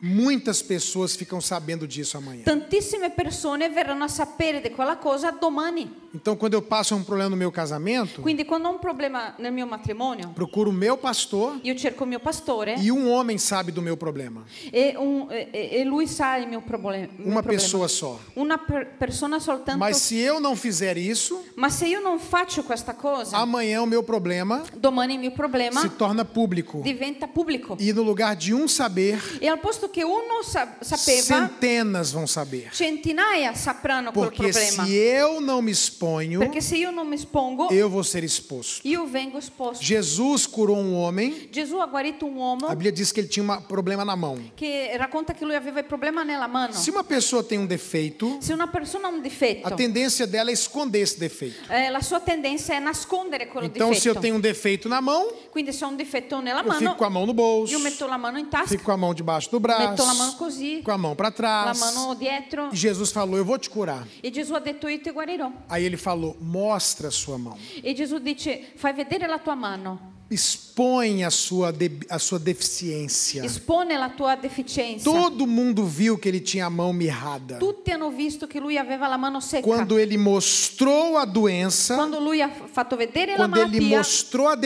Muitas pessoas ficam sabendo disso amanhã. Tantissime persone verranno a sapere di quella cosa domani. Então, quando eu passo um problema no meu casamento, Quindi quando ho un problema nel mio matrimonio, procuro o meu pastor io cerco il mio pastore e um homem sabe do meu problema. e, un- e- e- e lui sa il mio, problema. Uma pessoa só. Una per- persona soltanto. Mas se eu não fizer isso, Ma se io non faccio questa cosa, amanhã o meu problema domani il mio problema se torna público. diventa pubblico. E no lugar de um saber, E al posto che uno sa- sapeva, centenas vão saber. centinaia sapranno quel Porque problema. se eu não me exponho, Perché se io non mi espongo, eu vou ser exposto. io vengo esposto. Jesus curou um homem. Gesù ha guarito un uomo A Bíblia diz que ele tinha um problema na mão. che racconta che lui aveva il problema nella mano. Se uma pessoa tem um defeito, Se una persona ha un a difetto, tendência dela é esconder esse defeito. eh, la sua tendenza è nascondere quello Então, se eu difetto. tenho um defeito na mão, Quindi se ho un difetto nella eu fico com a mano, mão no bolso, io metto la mano in tasca, fico com a mão debaixo do metto la mano braço, così, com a mão para la trás. mano dietro. E Jesus falou: Eu vou te curar. E Gesù ha detto io ti guarirò. Aí ele falou: Mostra a sua mão. E Gesù dice fai vedere la tua mano, Expõe a sua, de- a sua deficiência. espone la tua deficienza. Todo mundo viu que ele tinha a mão mirrada. Tutti hanno visto che lui aveva la mano secca. Quando ele mostrou a doença, Quando lui ha f- fatto vedere la quando ele malattia, mostrou a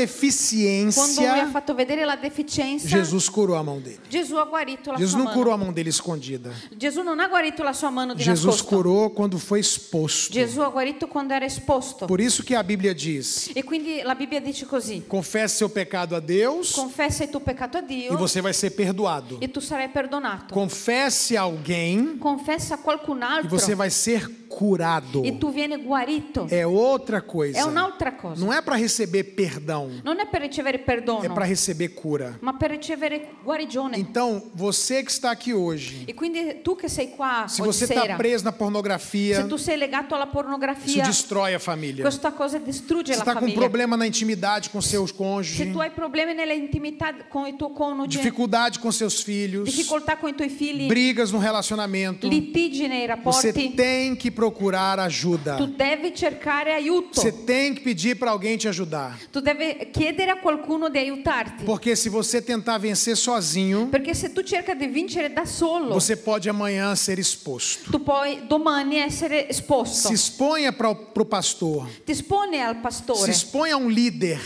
quando é lui ha deficiência, fatto vedere la deficienza, Jesus curou a mão dele. Gesù ha guarito la Jesus sua não mano. curou a mão dele escondida. Gesù non ha guarito la sua mano di Jesus nascosto. curou quando foi exposto. Gesù ha guarito quando era esposto. Por isso que a Bíblia diz: E quindi la Bibbia dice così: confesse seu pecado a Deus confessa il tuo peccato a e Dio você vai ser perdoado. e tu sarai perdonato. Confesse a alguém Confessa a qualcun e altro você vai ser curado. e tu vieni guarito. É outra coisa. È un'altra cosa. Não é para receber perdão, Non è per ricevere perdono, é para receber cura. ma per ricevere guarigione. Então, você que está aqui hoje, E quindi tu che sei qua se oggi você está sera, preso na se pornografia, tu sei legato alla isso pornografia, destrói a família. Se questa cosa distrugge la está com famiglia. problema na intimidade com seus se cônjuges, tu é hai problemi nell'intimità con il tuo coniuge, dificuldade com seus filhos, difficoltà con i tuoi figli, brigas no relacionamento, litigi nei você rapporti, tem que procurar ajuda. tu devi cercare aiuto. Você tem que pedir para alguém te ajudar. Tu devi chiedere a qualcuno di aiutarti. Porque se você tentar vencer sozinho, Perché se tu cerca di vincere da solo, você pode amanhã ser exposto. tu puoi domani essere esposto. Se exponha para o pastor. Ti espone al Se pastore, exponha a um líder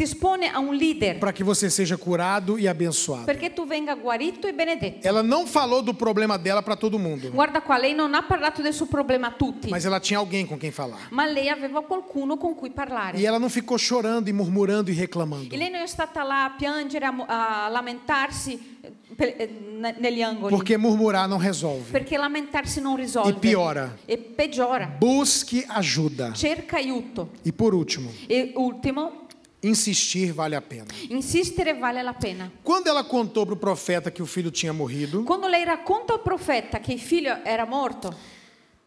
ti espone a un leader, para que você seja curado e abençoado. perché tu venga guarito e benedetto. Ela não falou do problema dela para todo mundo, Guarda qua, lei non ha parlato del suo problema a tutti, mas ela tinha alguém com quem falar. ma lei aveva qualcuno con cui parlare. E ela não ficou chorando e murmurando e reclamando, E lei non è stata là a piangere, a, mo- a lamentarsi eh, per- eh, ne- negli angoli. porque murmurar não resolve. Perché lamentarsi non risolve. E piora. E peggiora. Busque ajuda. Cerca aiuto. E por último, E ultimo, insistir vale a pena. insistere vale la pena. Quando ela contou para o profeta que o filho tinha morrido, Quando lei racconta al profeta che il figlio era morto,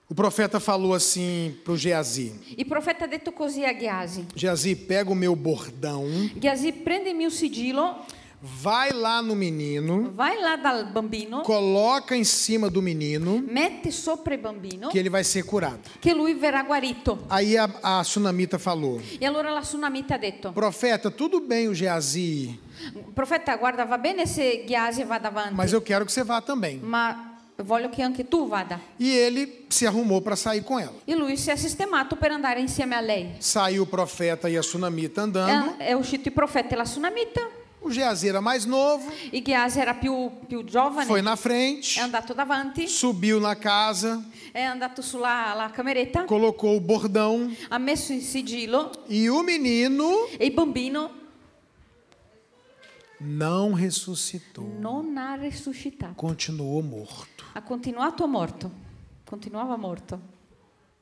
o profeta falou assim para o Geazi: il profeta ha detto così a Ghiasi. Geazi, pega o meu bordão, Ghiasi, prendi il mio sigillo, vai lá no menino, vai là dal bambino, coloca em cima do menino mette sopra il bambino que ele vai ser curado. che lui verrà guarito. Aí a, a sunamita falou: E allora la sunamita ha detto, Profeta, tudo bem o Geazi, profeta guarda va bene se Ghiasi va davanti, mas eu quero que você vá também. ma voglio che anche tu vada. E ele se arrumou para sair com ela. E lui si è sistemato per andare insieme a lei. Saiu o profeta e a sunamita andando. È, è uscito il profeta e la sunamita, O Geazi era mais novo, e Ghiasi era più, più giovane, foi na frente, è andato davanti, subiu na casa, è andato sulla alla cameretta, colocou o bordão ha messo il sigillo e o menino e il bambino não ressuscitou. non ha risuscitato. Continuou morto. Ha continuato morto, continuava morto.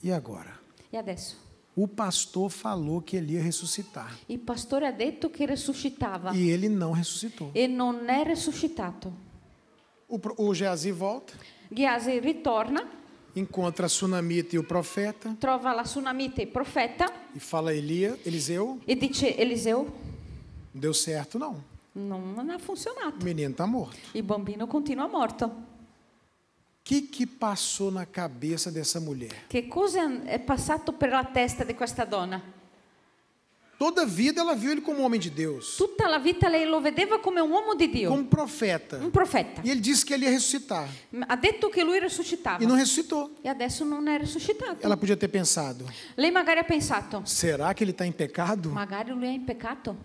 E agora? E adesso? O pastor falou que ele ia ressuscitar. Il pastore ha detto che risuscitava E ele não ressuscitou. e non è risuscitato. O, pro- o Geazi volta, Ghiasi ritorna, encontra a Sunamita e o profeta trova la sunamita e il profeta e fala a Elia, Eliseu, e dice Eliseo, não deu certo não. non, non ha funzionato. O menino está morto. Il bambino continua morto. O que, que passou na cabeça dessa mulher? Che cosa è passato per la testa di questa donna? Toda a vida ela viu ele como um homem de Deus, Tutta la vita lei lo vedeva come un uomo di Dio, como um profeta. un profeta. E ele disse que ele ia ressuscitar. Ha detto che lui risuscitava E não ressuscitou. e adesso non è risuscitato. Ela podia ter pensado: Lei magari ha pensato, será que ele está em pecado? magari lui è in peccato,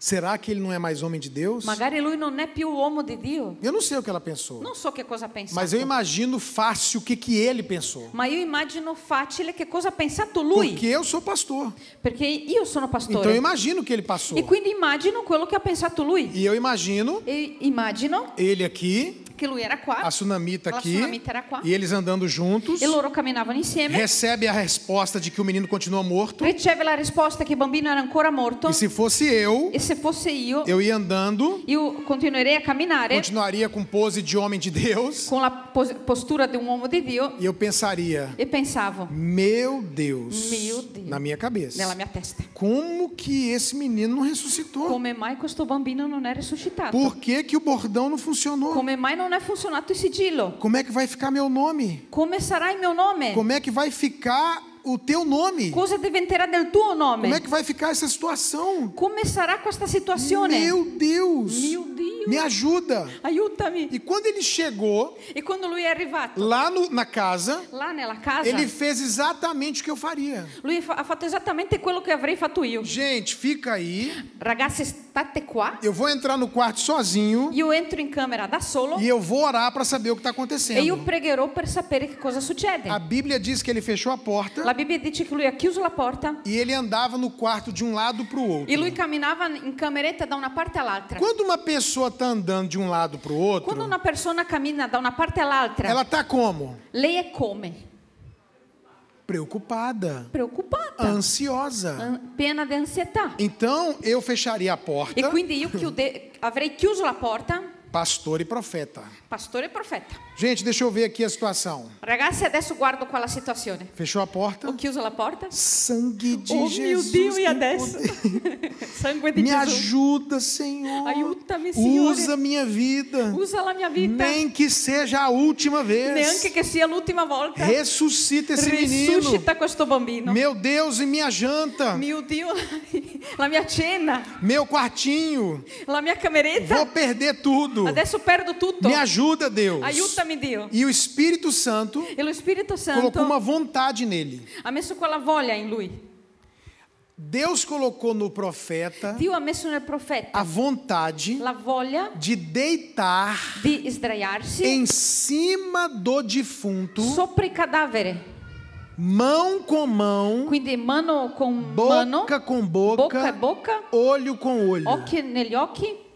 Será que ele não é mais homem de Deus? magari lui non è più uomo di Dio. Eu não sei o que ela pensou, Non so che cosa ha pensato, mas eu imagino fácil o que, que ele pensou. ma io immagino facile che cosa ha pensato lui, Porque eu sou pastor. perché io Então sono eu pastore imagino o que ele passou. e quindi immagino quello che ha pensato lui. E eu imagino E immagino ele aqui, che lui era qua a tsunamita La aqui, Ah, tsunamita era qua. e eles andando juntos. e loro camminavano insieme. Recebe a resposta de que o menino continua morto. Riceve la risposta che il bambino era ancora morto E se fosse eu, e se fosse io, eu ia andando, io continuerei a eh, camminare continuaria com pose de homem de Deus, con la pos- postura um di un uomo di Dio e eu pensaria: e pensavo Meu Deus, Meu Deus. na minha cabeça. nella mia testa, Como que esse menino não ressuscitou? come mai questo bambino non è risuscitato? Por que, que o bordão não funcionou? Come mai non è funzionato il sigillo? Como é que vai ficar meu nome? Come sarà il mio nome? Como é que vai ficar o teu nome? Cosa diventerà del tuo Como é nome? que vai ficar essa situação? Come sarà questa situazione? Meu Deus! Meu Deus. Me ajuda! Aiutami! E quando ele chegou E quando lui è arrivato lá no- na casa, là nella casa, ele fez exatamente o que eu faria. lui fa- ha fatto esattamente quello che avrei fatto io. Gente, fica aí. Ragazzi, state qua. Eu vou entrar no quarto sozinho Io entro in camera da solo e eu vou orar para saber o que está e io acontecendo. pregherò per sapere che cosa succede. A Bíblia diz que ele fechou a porta La Bibbia dice che lui ha chiuso la porta e ele andava no quarto de um lado para o outro. e lui camminava in cameretta da una parte all'altra. Quando uma pessoa está andando de um lado para o Quando outro, una persona cammina da una parte all'altra, ela está como? lei è come? Preocupada, Preoccupata, ansiosa. an- piena di ansietà. Então eu fecharia a E porta, quindi io chiude- avrei chiuso la porta, pastor e profeta. pastore e profeta. Gente, deixa eu ver aqui a situação. Ragazzi, adesso guardo qua la situazione. Fechou a porta? Ho chiuso la porta. Sangue de Oh mio Jesus. Dio, e tem adesso? poder. [LAUGHS] Sangue di Me Gesù. ajuda, Senhor. Aiuta-me, Senhor. Usa minha vida. Usa la mia vita. Nem que seja a última vez. Neanche che sia l'ultima volta. Ressuscita esse menino. Risuscita questo bambino. Meu Deus, e minha janta. Mio Dio, [LAUGHS] la mia cena, Meu quartinho. la mia cameretta. Vou perder tudo. Adesso perdo tutto. Me ajuda, Deus. Aiutami Dio. E o Espírito Santo E lo Spirito Santo colocou uma vontade nele. ha messo quella voglia in lui. Deus colocou no profeta Dio ha messo nel profeta a vontade la voglia de deitar di sdraiarsi em cima do defunto, sopra il cadavere. mão com mão, Quindi mano con mano, boca com bocca boca, e bocca, olho com olho. occhi negli occhi.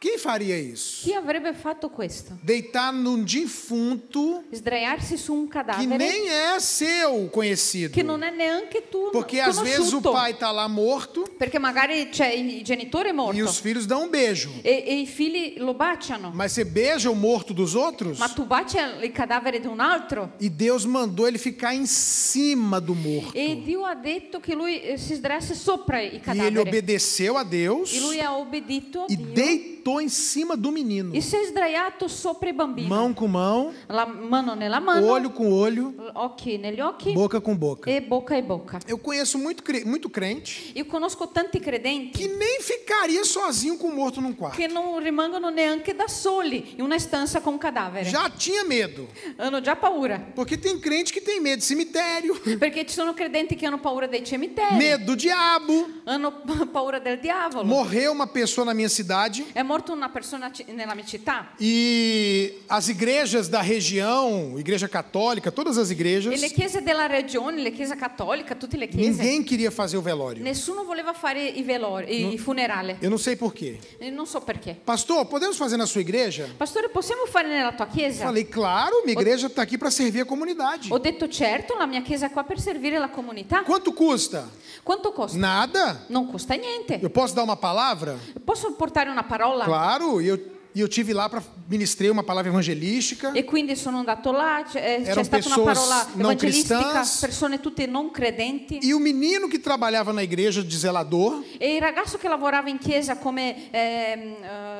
Quem faria isso? Chi avrebbe fatto questo? Deitar num defunto Sdraiarsi su un que cadavere nem é seu conhecido. che non è neanche tu Porque às vezes o conosciuto. pai tá lá morto Perché magari c'è il genitore morto e os filhos dão um beijo. e, e i figli lo baciano, Mas você beija o morto dos outros? ma tu baci il cadavere di un altro. E Deus mandou ele ficar em cima do morto. E Dio ha detto che lui eh, si sdraiasse sopra i E ele cadaveri. obedeceu a Deus E é lui ha obbedito a e Dio deitou em cima do menino. e si è sdraiato sopra i bambini. Mão com mão, La mano nella mano, olho com olho, occhi negli occhi boca com boca. e bocca e bocca. Eu conheço muito, cre- muito crente Io conosco tanti que credenti nem ficaria sozinho com o morto num quarto. che non rimangono neanche da soli in una stanza con un cadavere. Já tinha medo. Hanno già paura. Porque tem crente que tem medo de cemitério, Perché ci sono credenti che hanno paura dei cimiteri. medo do diabo. hanno [LAUGHS] pa- paura del diavolo. Morreu uma pessoa na minha cidade è morta una persona ci- nella mia città e as igrejas da região, igreja católica, todas as e igrejas, le chiese della regione, le chiese cattoliche, tutte le chiese, ninguém queria fazer o velório. nessuno voleva fare i velori, i funerali. Eu não sei por quê. E Non so perché. Pastor, podemos fazer na sua igreja? Pastore, possiamo fare nella tua chiesa? Falei, claro, minha igreja está aqui para servir a comunidade. Ho detto certo, la mia chiesa è qua per servire la comunità. Quanto custa? Quanto costa? Nada. Non costa niente. Eu posso dar uma palavra? Posso portare una parola? Claro, e eu, e eu tive lá para ministrei uma palavra evangelística. E quindi sono andato là, c- eh, c'è Erano stata una persone parola non evangelistica, cristans. persone tutte non credenti. E o menino que trabalhava na igreja de zelador, E il ragazzo che lavorava in chiesa come ehm,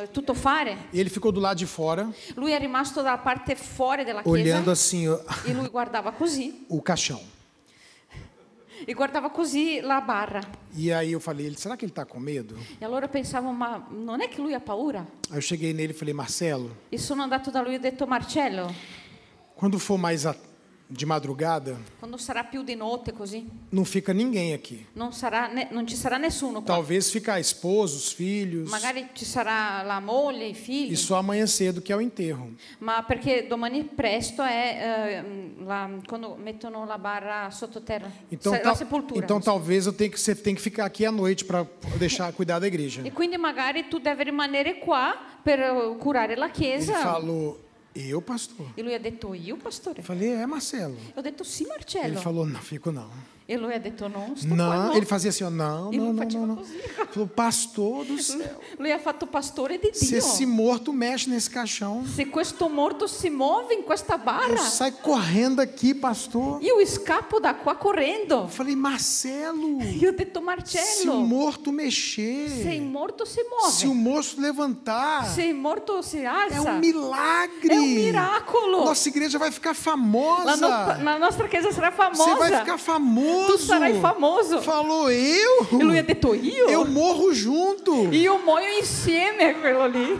eh, tuttofare, ele ficou do lado de fora, lui è rimasto dalla parte fuori della [LAUGHS] chiesa olhando assim ó, e lui guardava così o caixão. e guardava così la barra. E aí eu falei, ele, será que ele está com medo? E allora pensavo, ma non è che lui ha paura? Aí eu cheguei nele e falei, Marcelo, E sono andato da lui e ho detto, Marcello, quando for mais a- de madrugada, quando sarà più di notte così, não fica ninguém aqui. non, sarà ne- non ci sarà nessuno qua. Talvez ficar esposo, os filhos, Magari ci sarà la moglie, i figli, e só amanhã cedo que é o enterro. ma perché domani presto è eh, la- quando mettono la barra sottoterra, Então, se- tal- la sepoltura. então talvez eu tenha que, você tenha que ficar aqui à noite para deixar cuidar da igreja. E quindi magari tu devi rimanere qua per eh, curare la Ele chiesa. falou, eu, pastor? E lui ha detto, io pastore? Eu falei, é, Marcelo. Ho detto, sì Ele Marcello. falou, não fico não. E lui ha detto, non sto qua, Não, no. ele fazia assim, ó, não, E tá não, não, fatica não. não. così. Falou, pastor do céu, Lui ha fatto pastore di se Dio. esse morto mexe nesse caixão, é Se questo morto si muove in questa barra, eu saio correndo daqui, pastor. io scappo da qua correndo. [LAUGHS] Eu falei, Marcelo, Io ho se detto, o Marcello, morto mexer, se il morto si se o muove, moço levantar, se il morto si é alza, um milagre. É um miracolo. Nossa igreja vai ficar la, famosa. no- la nostra chiesa sarà Você vai famosa. ficar famoso. Tu sarai famoso. Falou eu? E lui ha detto, io? Eu morro junto. Io muoio insieme a quello lì.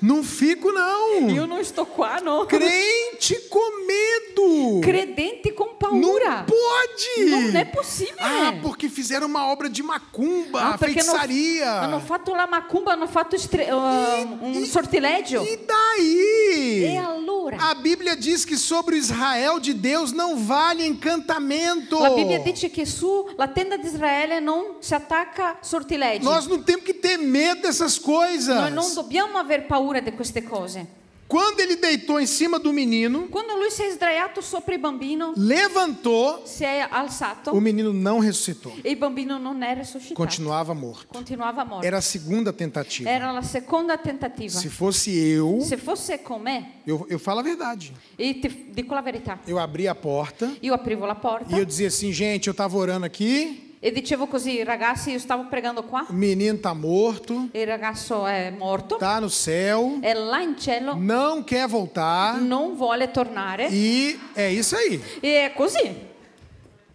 Não fico, não. Io non sto qua, no? Crente com medo. Credenti con Não paura. é pode. Non è possibile. Ah, porque fizeram uma obra de macumba, Ah, perché non- feitiçaria. hanno fatto la macumba, hanno fatto estre- eh, un sortileggio. E daí? E allora? um É A Bíblia diz que sobre o Israel de Deus não vale encantamento. La Bibbia dice che sulla tenda di Israele non si attacca sortileggi. Nós não temos que ter medo dessas coisas. Noi non dobbiamo aver paura di queste cose. Quando ele deitou em cima do menino, Quando lui si è sdraiato sopra il bambino, levantou, si è alzato o menino não ressuscitou. e il bambino non è risuscitato. Continuava morto. Continuava morto. Era a segunda tentativa. Era la seconda tentativa. Se fosse eu, Se fosse con me, eu, eu falo a verdade. e ti dico la verità, Eu abri a porta io aprivo la porta e eu dizia assim, gente, eu estava orando aqui, e dicevo così, ragazzi, io stavo pregando qua, o menino tá morto, il ragazzo è morto, tá no céu, è là in cielo, não quer voltar non vuole tornare. e é isso aí. E è così.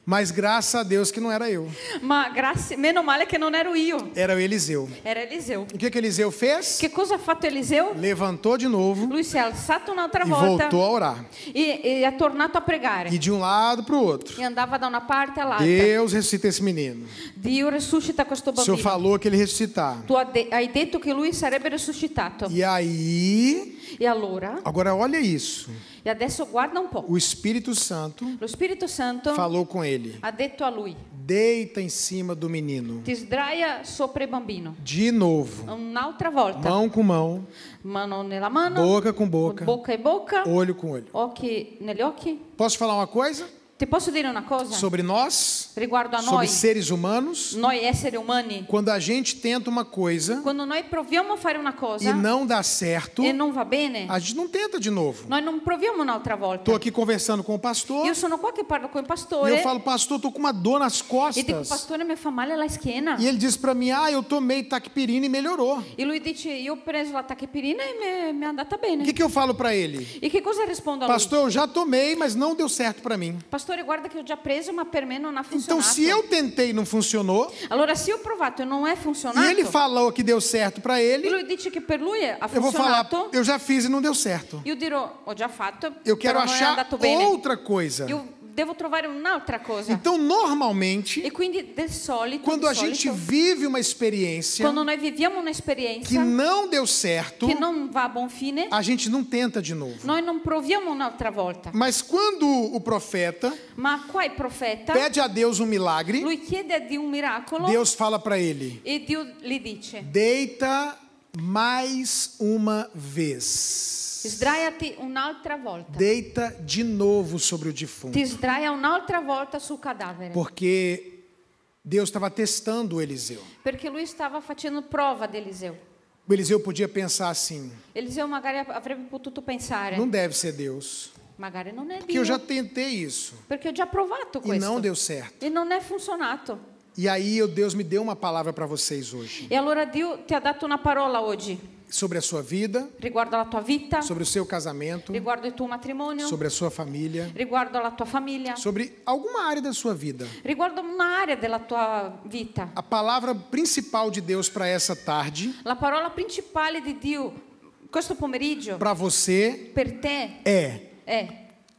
Mas graças a Deus que não era eu, Ma grazie, meno male che non ero io, era o Eliseu. era Eliseu. O que que Eliseu fez? Che cosa ha fatto Eliseo? Levantou de novo Lui si è alzato un'altra e volta voltou a orar. e, e è tornato a pregare. E de um lado para o outro. E andava da una parte all'altra. Deus ressuscita esse menino. Dio ressuscita questo O Senhor bambino. falou que ele ia ressuscitar. Tu ha de- hai detto che lui sarebbe risuscitato. E aí, E allora, agora olha isso. e adesso guarda un po'. O Espírito Santo Lo Spirito Santo falou com ele. ha detto a lui, Deita em cima do menino. ti sdraia sopra il bambino. De novo. Un'altra volta. Mão com mão, Mano nella mano, boca com boca, bocca e bocca, olho com olho. occhi negli occhi. Posso falar uma coisa Ti posso dire una cosa? sobre nós, Riguardo a sobre noi, seres humanos? noi esseri umani, Quando a gente tenta uma coisa quando noi proviamo a fare una e cosa não dá certo, e non va bene, a gente não tenta de novo. noi non proviamo un'altra volta. Estou aqui conversando com o é? pastor Io sono qua che parlo con il e pastore eu falo, pastor, estou com uma dor nas e dico, costas. pastore mi fa male la schiena. E ele diz para mim, ah, eu tomei taquipirina e melhorou. E lui dice, io ho preso la tachipirina e mi è- mi è andata bene. O que, que eu falo para ele? E che cosa rispondo a lui? Pastor, eu já tomei, mas não deu certo para mim. Pastore, guarda che ho già preso, ma per me non ha Então, funzionato. se eu tentei e não funcionou, Allora, se io ho provato e non è e funzionato, ele falou que deu certo para e ele, lui dice che per lui ha eu vou falar, funzionato, eu já fiz e não deu certo. io dirò, ho già fatto, Eu quero però non è achar andato bene. outra coisa. Io devo trovare un'altra cosa. Então, normalmente, e quindi, del solito, quando então? di a gente solito, vive uma experiência quando noi viviamo que un'esperienza tá. não deu certo, che non va a buon fine, a gente não é. tenta de novo. noi non proviamo un'altra volta. Mas quando o profeta Ma qua il profeta, pede a Deus um milagre, lui chiede di un miracolo Deus fala para ele: e Dio gli dice, deita mais uma vez. sdraiati un'altra volta. Deita de novo sobre o defunto. Ti sdraia un'altra volta sul cadavere. Porque Deus estava testando o Eliseu. Perché lui stava facendo prova di Eliseo. O Eliseu podia pensar assim: Eliseo magari av- avrebbe potuto pensare, não deve ser Deus, magari non è porque Dio, eu já tentei isso perché ho già provato e questo não deu certo. e non è funzionato. E aí eu- Deus me deu uma palavra para vocês hoje. E allora Dio ti ha dato una parola oggi. sobre a sua vida, riguardo alla tua vita, sobre o seu casamento, riguardo il tuo matrimonio, sobre a sua família, riguardo alla tua famiglia, sobre alguma área da sua vida. riguardo un'area della tua vita. A palavra principal de Deus para essa tarde, La parola principale di Dio questo pomeriggio para você, per te é: è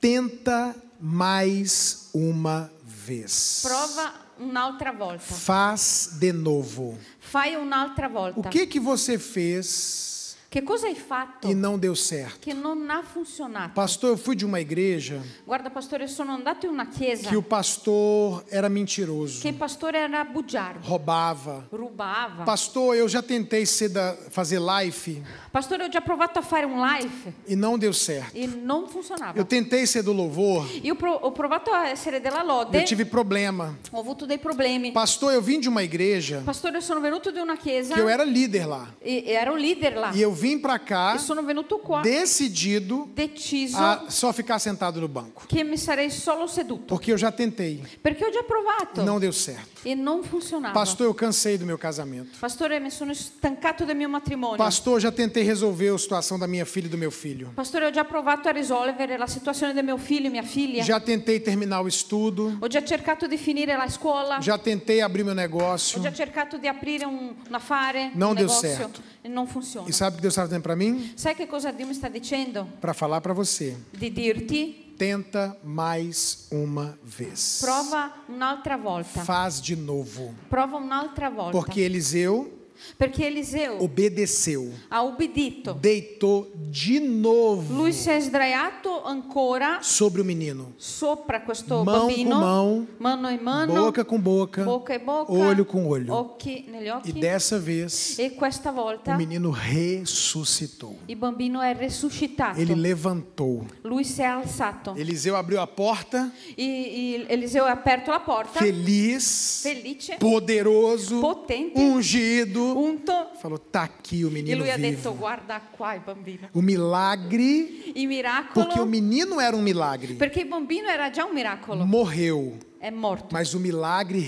tenta mais uma vez. prova un'altra volta, Faz de novo. fai un'altra O volta. que que você fez Che cosa hai fatto e não deu certo? che non ha funzionato? Pastor, eu fui de uma igreja Guarda pastore, sono andato in una chiesa que o pastor era mentiroso, che il pastore era bugiardo, roubava. rubava. Pastor, eu já tentei ser da- fazer life Pastore, ho già provato a fare un live e não deu certo. e non funzionava. Eu tentei ser do louvor, Io pro- ho provato a essere della lode, eu tive problema. ho avuto dei problemi. Pastor, eu vim de uma igreja Pastore, sono venuto di una chiesa que eu era líder lá e, e ero leader là. e eu vim pra cá E sono venuto qua decidido deciso a só ficar sentado no banco, che mi sarei solo seduto. porque eu já tentei Perché ho già provato e não deu certo. e non funzionava. Pastor, eu cansei do meu casamento. Pastore, mi sono stancato del mio matrimonio. Pastor, já tentei resolver a situação da minha filha e do meu filho. Pastore, ho già provato a risolvere la situazione del mio figlio e mia figlia. Já tentei terminar o estudo, Ho già cercato di finire la scuola. já tentei abrir meu Ho negócio. già cercato di aprire un, un affare, Non un Dio negozio, certo. e non funziona. E sabe o que Deus estava dizendo para mim? Sai che cosa Dio mi sta dicendo? Para falar para você. Di dirti, Tenta mais uma vez. prova un'altra volta, Faz de novo. prova un'altra volta. Porque Eliseu Perché Eliseo obedeceu, ha ubbidito, deitou de novo lui si è sdraiato ancora sobre o menino. sopra questo Mão com bambino, mão, mano in mano, Boca com boca, bocca e bocca, olho com olho. occhi negli E occhi, dessa vez, e questa o volta menino ressuscitou. il bambino è resuscitato, Ele levantou. lui si è alzato. Eliseu abriu a porta, E, e Eliseo ha aperto la porta, Tá. feliz, felice, poderoso, potente, ungido. unto, Falou: tá aqui o E menino lui ha vivo. detto: Guarda qua il bambino. O milagre, Il miracolo. porque o menino era um milagre, Perché il bambino era già un miracolo. morreu, È morto. mas o milagre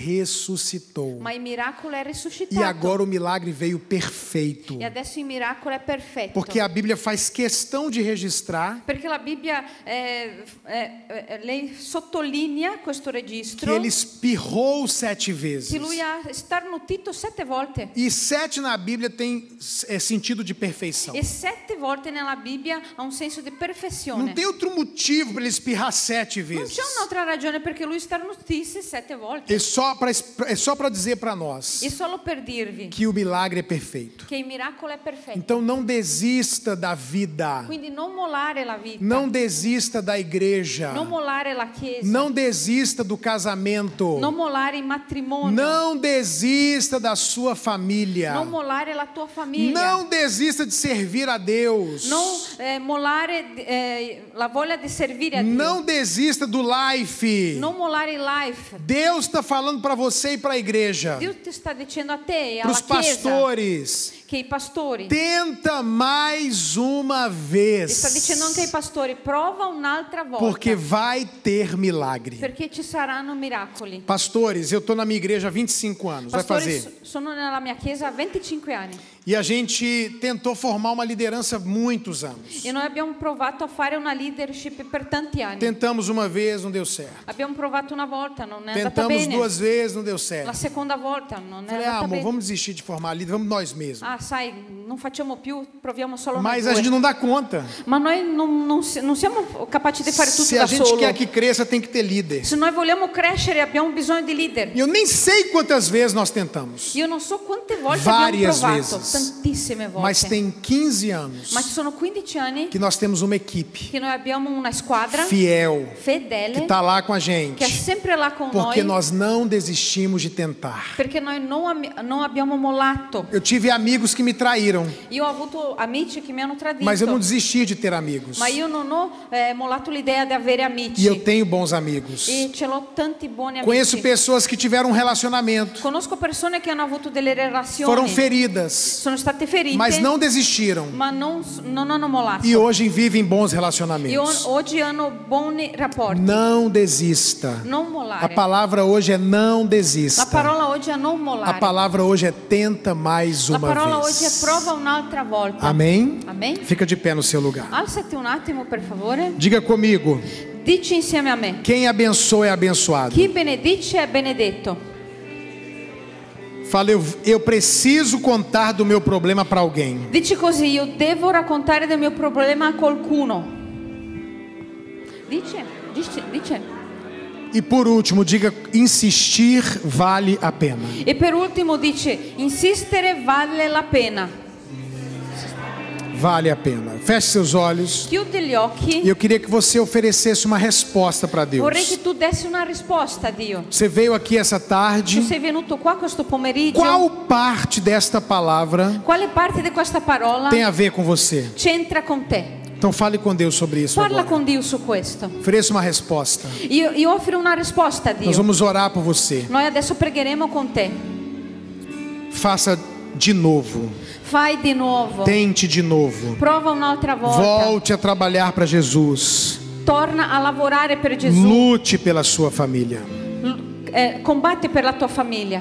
ressuscitou. Ma il miracolo è E risuscitato. agora o milagre veio perfeito. E é adesso il miracolo è perfetto. Porque a Bíblia faz questão de registrar Perché la Bibbia eh, f- eh, eh, lei sottolinea questo que registro ele espirrou sete vezes. che lui ha starnutito sette volte. E sete na Bíblia tem é, sentido de perfeição. E sette volte nella Bibbia ha un senso di perfezione. Não tem outro motivo para ele espirrar sete Non vezes. c'è un'altra ragione perché lui starnutisse sette volte. É só para é só para dizer para nós E solo per dirvi que o milagre é perfeito. che il miracolo è perfetto. Então não desista da vida. Quindi non molare la vita. Não desista da igreja. Non mollare la chiesa. Não desista do casamento. Non mollare il matrimonio. Não desista da sua família. Non mollare la tua famiglia. Não desista de servir a Deus. Non, eh, mollare eh, la voglia di servire a Dio. Não desista do life. Non mollare il life. Deus está falando para você e para a igreja, Dio ti sta dicendo a te e para alla os chiesa pastores. che i pastori. Tenta mais uma E sta dicendo anche ai vez, pastori, prova un'altra volta. porque vai ter milagre. Perché ci saranno miracoli. Pastores, eu estou na minha igreja há 25 anos, vai Pastori, fazer. so- sono nella mia chiesa há 25 anni E a gente tentou formar uma liderança há muitos anos. e noi abbiamo provato a fare una leadership per tanti anni. Tentamos uma vez, não deu certo. Abbiamo provato una volta, non è andata Tentamos bene. duas vezes, não deu La certo. seconda volta non è Falei, ah, andata amor, bene. vamos desistir de formar líder, vamos nós mesmos. tá Ah, sai, non facciamo più, proviamo solo Mas a noi due. gente não dà conta. Ma noi non, non si- non siamo capaci di fare tutto Se a da gente solo. quer que cresça, tem que ter líder. Se noi vogliamo crescere abbiamo bisogno di leader. E eu nem sei quantas vezes nós tentamos, Io non so quante volte Varias abbiamo provato, vezes. tantissime volte. mas tem 15 anos Ma ci sono 15 anni que nós temos uma equipe che noi abbiamo una squadra fiel que fedele está lá com a che è gente, sempre là con porque noi nós não desistimos de tentar. perché noi non, ami- non abbiamo mollato. Eu tive amigos que me traíram, Io ho avuto amici che mi hanno tradito. mas eu não desisti de ter amigos. Ma io non ho eh, mollato l'idea di avere amici E eu tenho bons amigos. e ce l'ho tanti buoni Conheço amici. pessoas que tiveram um relacionamento, Conosco persone che hanno avuto delle relazioni, foram feridas, sono state ferite, mas não desistiram. ma non, s- non hanno mollato. E hoje vivem bons E on- relacionamentos. oggi hanno buoni rapporti. Não desista. non A mollare. palavra hoje é não La desista. parola oggi è non A mollare. palavra hoje é tenta mais La uma parola oggi è vez. Ah. prova prova un'altra volta. é Amém? Amen? Fica de pé no seu lugar. Alzati un attimo, per favore. Diga comigo: Dici insieme a me. quem abençoa é abençoado. Chi benedice è benedetto. Fala, eu, eu preciso contar do meu problema para alguém. Dici così, io devo raccontare del mio problema a qualcuno. Dice, dice, dice. E por último, diga: insistir vale a pena. E per ultimo dice, insistere vale la pena. Vale a pena. Feche seus olhos. Chiudi gli E occhi. eu queria que você oferecesse uma resposta para Vorrei Deus. che tu dessi una risposta, Dio. Você veio aqui essa Tu tarde. sei venuto qua questo pomeriggio. Qual parte desta palavra Quale parte di questa parola tem a ver com você? c'entra con te? Então fale com Deus sobre isso. Parla Agora. con Dio su questo. Ofereça uma resposta. Io, io offro una risposta a Nós Dio. vamos orar por você. Noi adesso pregheremo con te. Faça de novo. Fai di nuovo. Tente de novo. Prova un'altra volta. Volte a trabalhar para Jesus. Torna a lavorare per Gesù. Lute pela sua família. L- eh, combatti per la tua famiglia.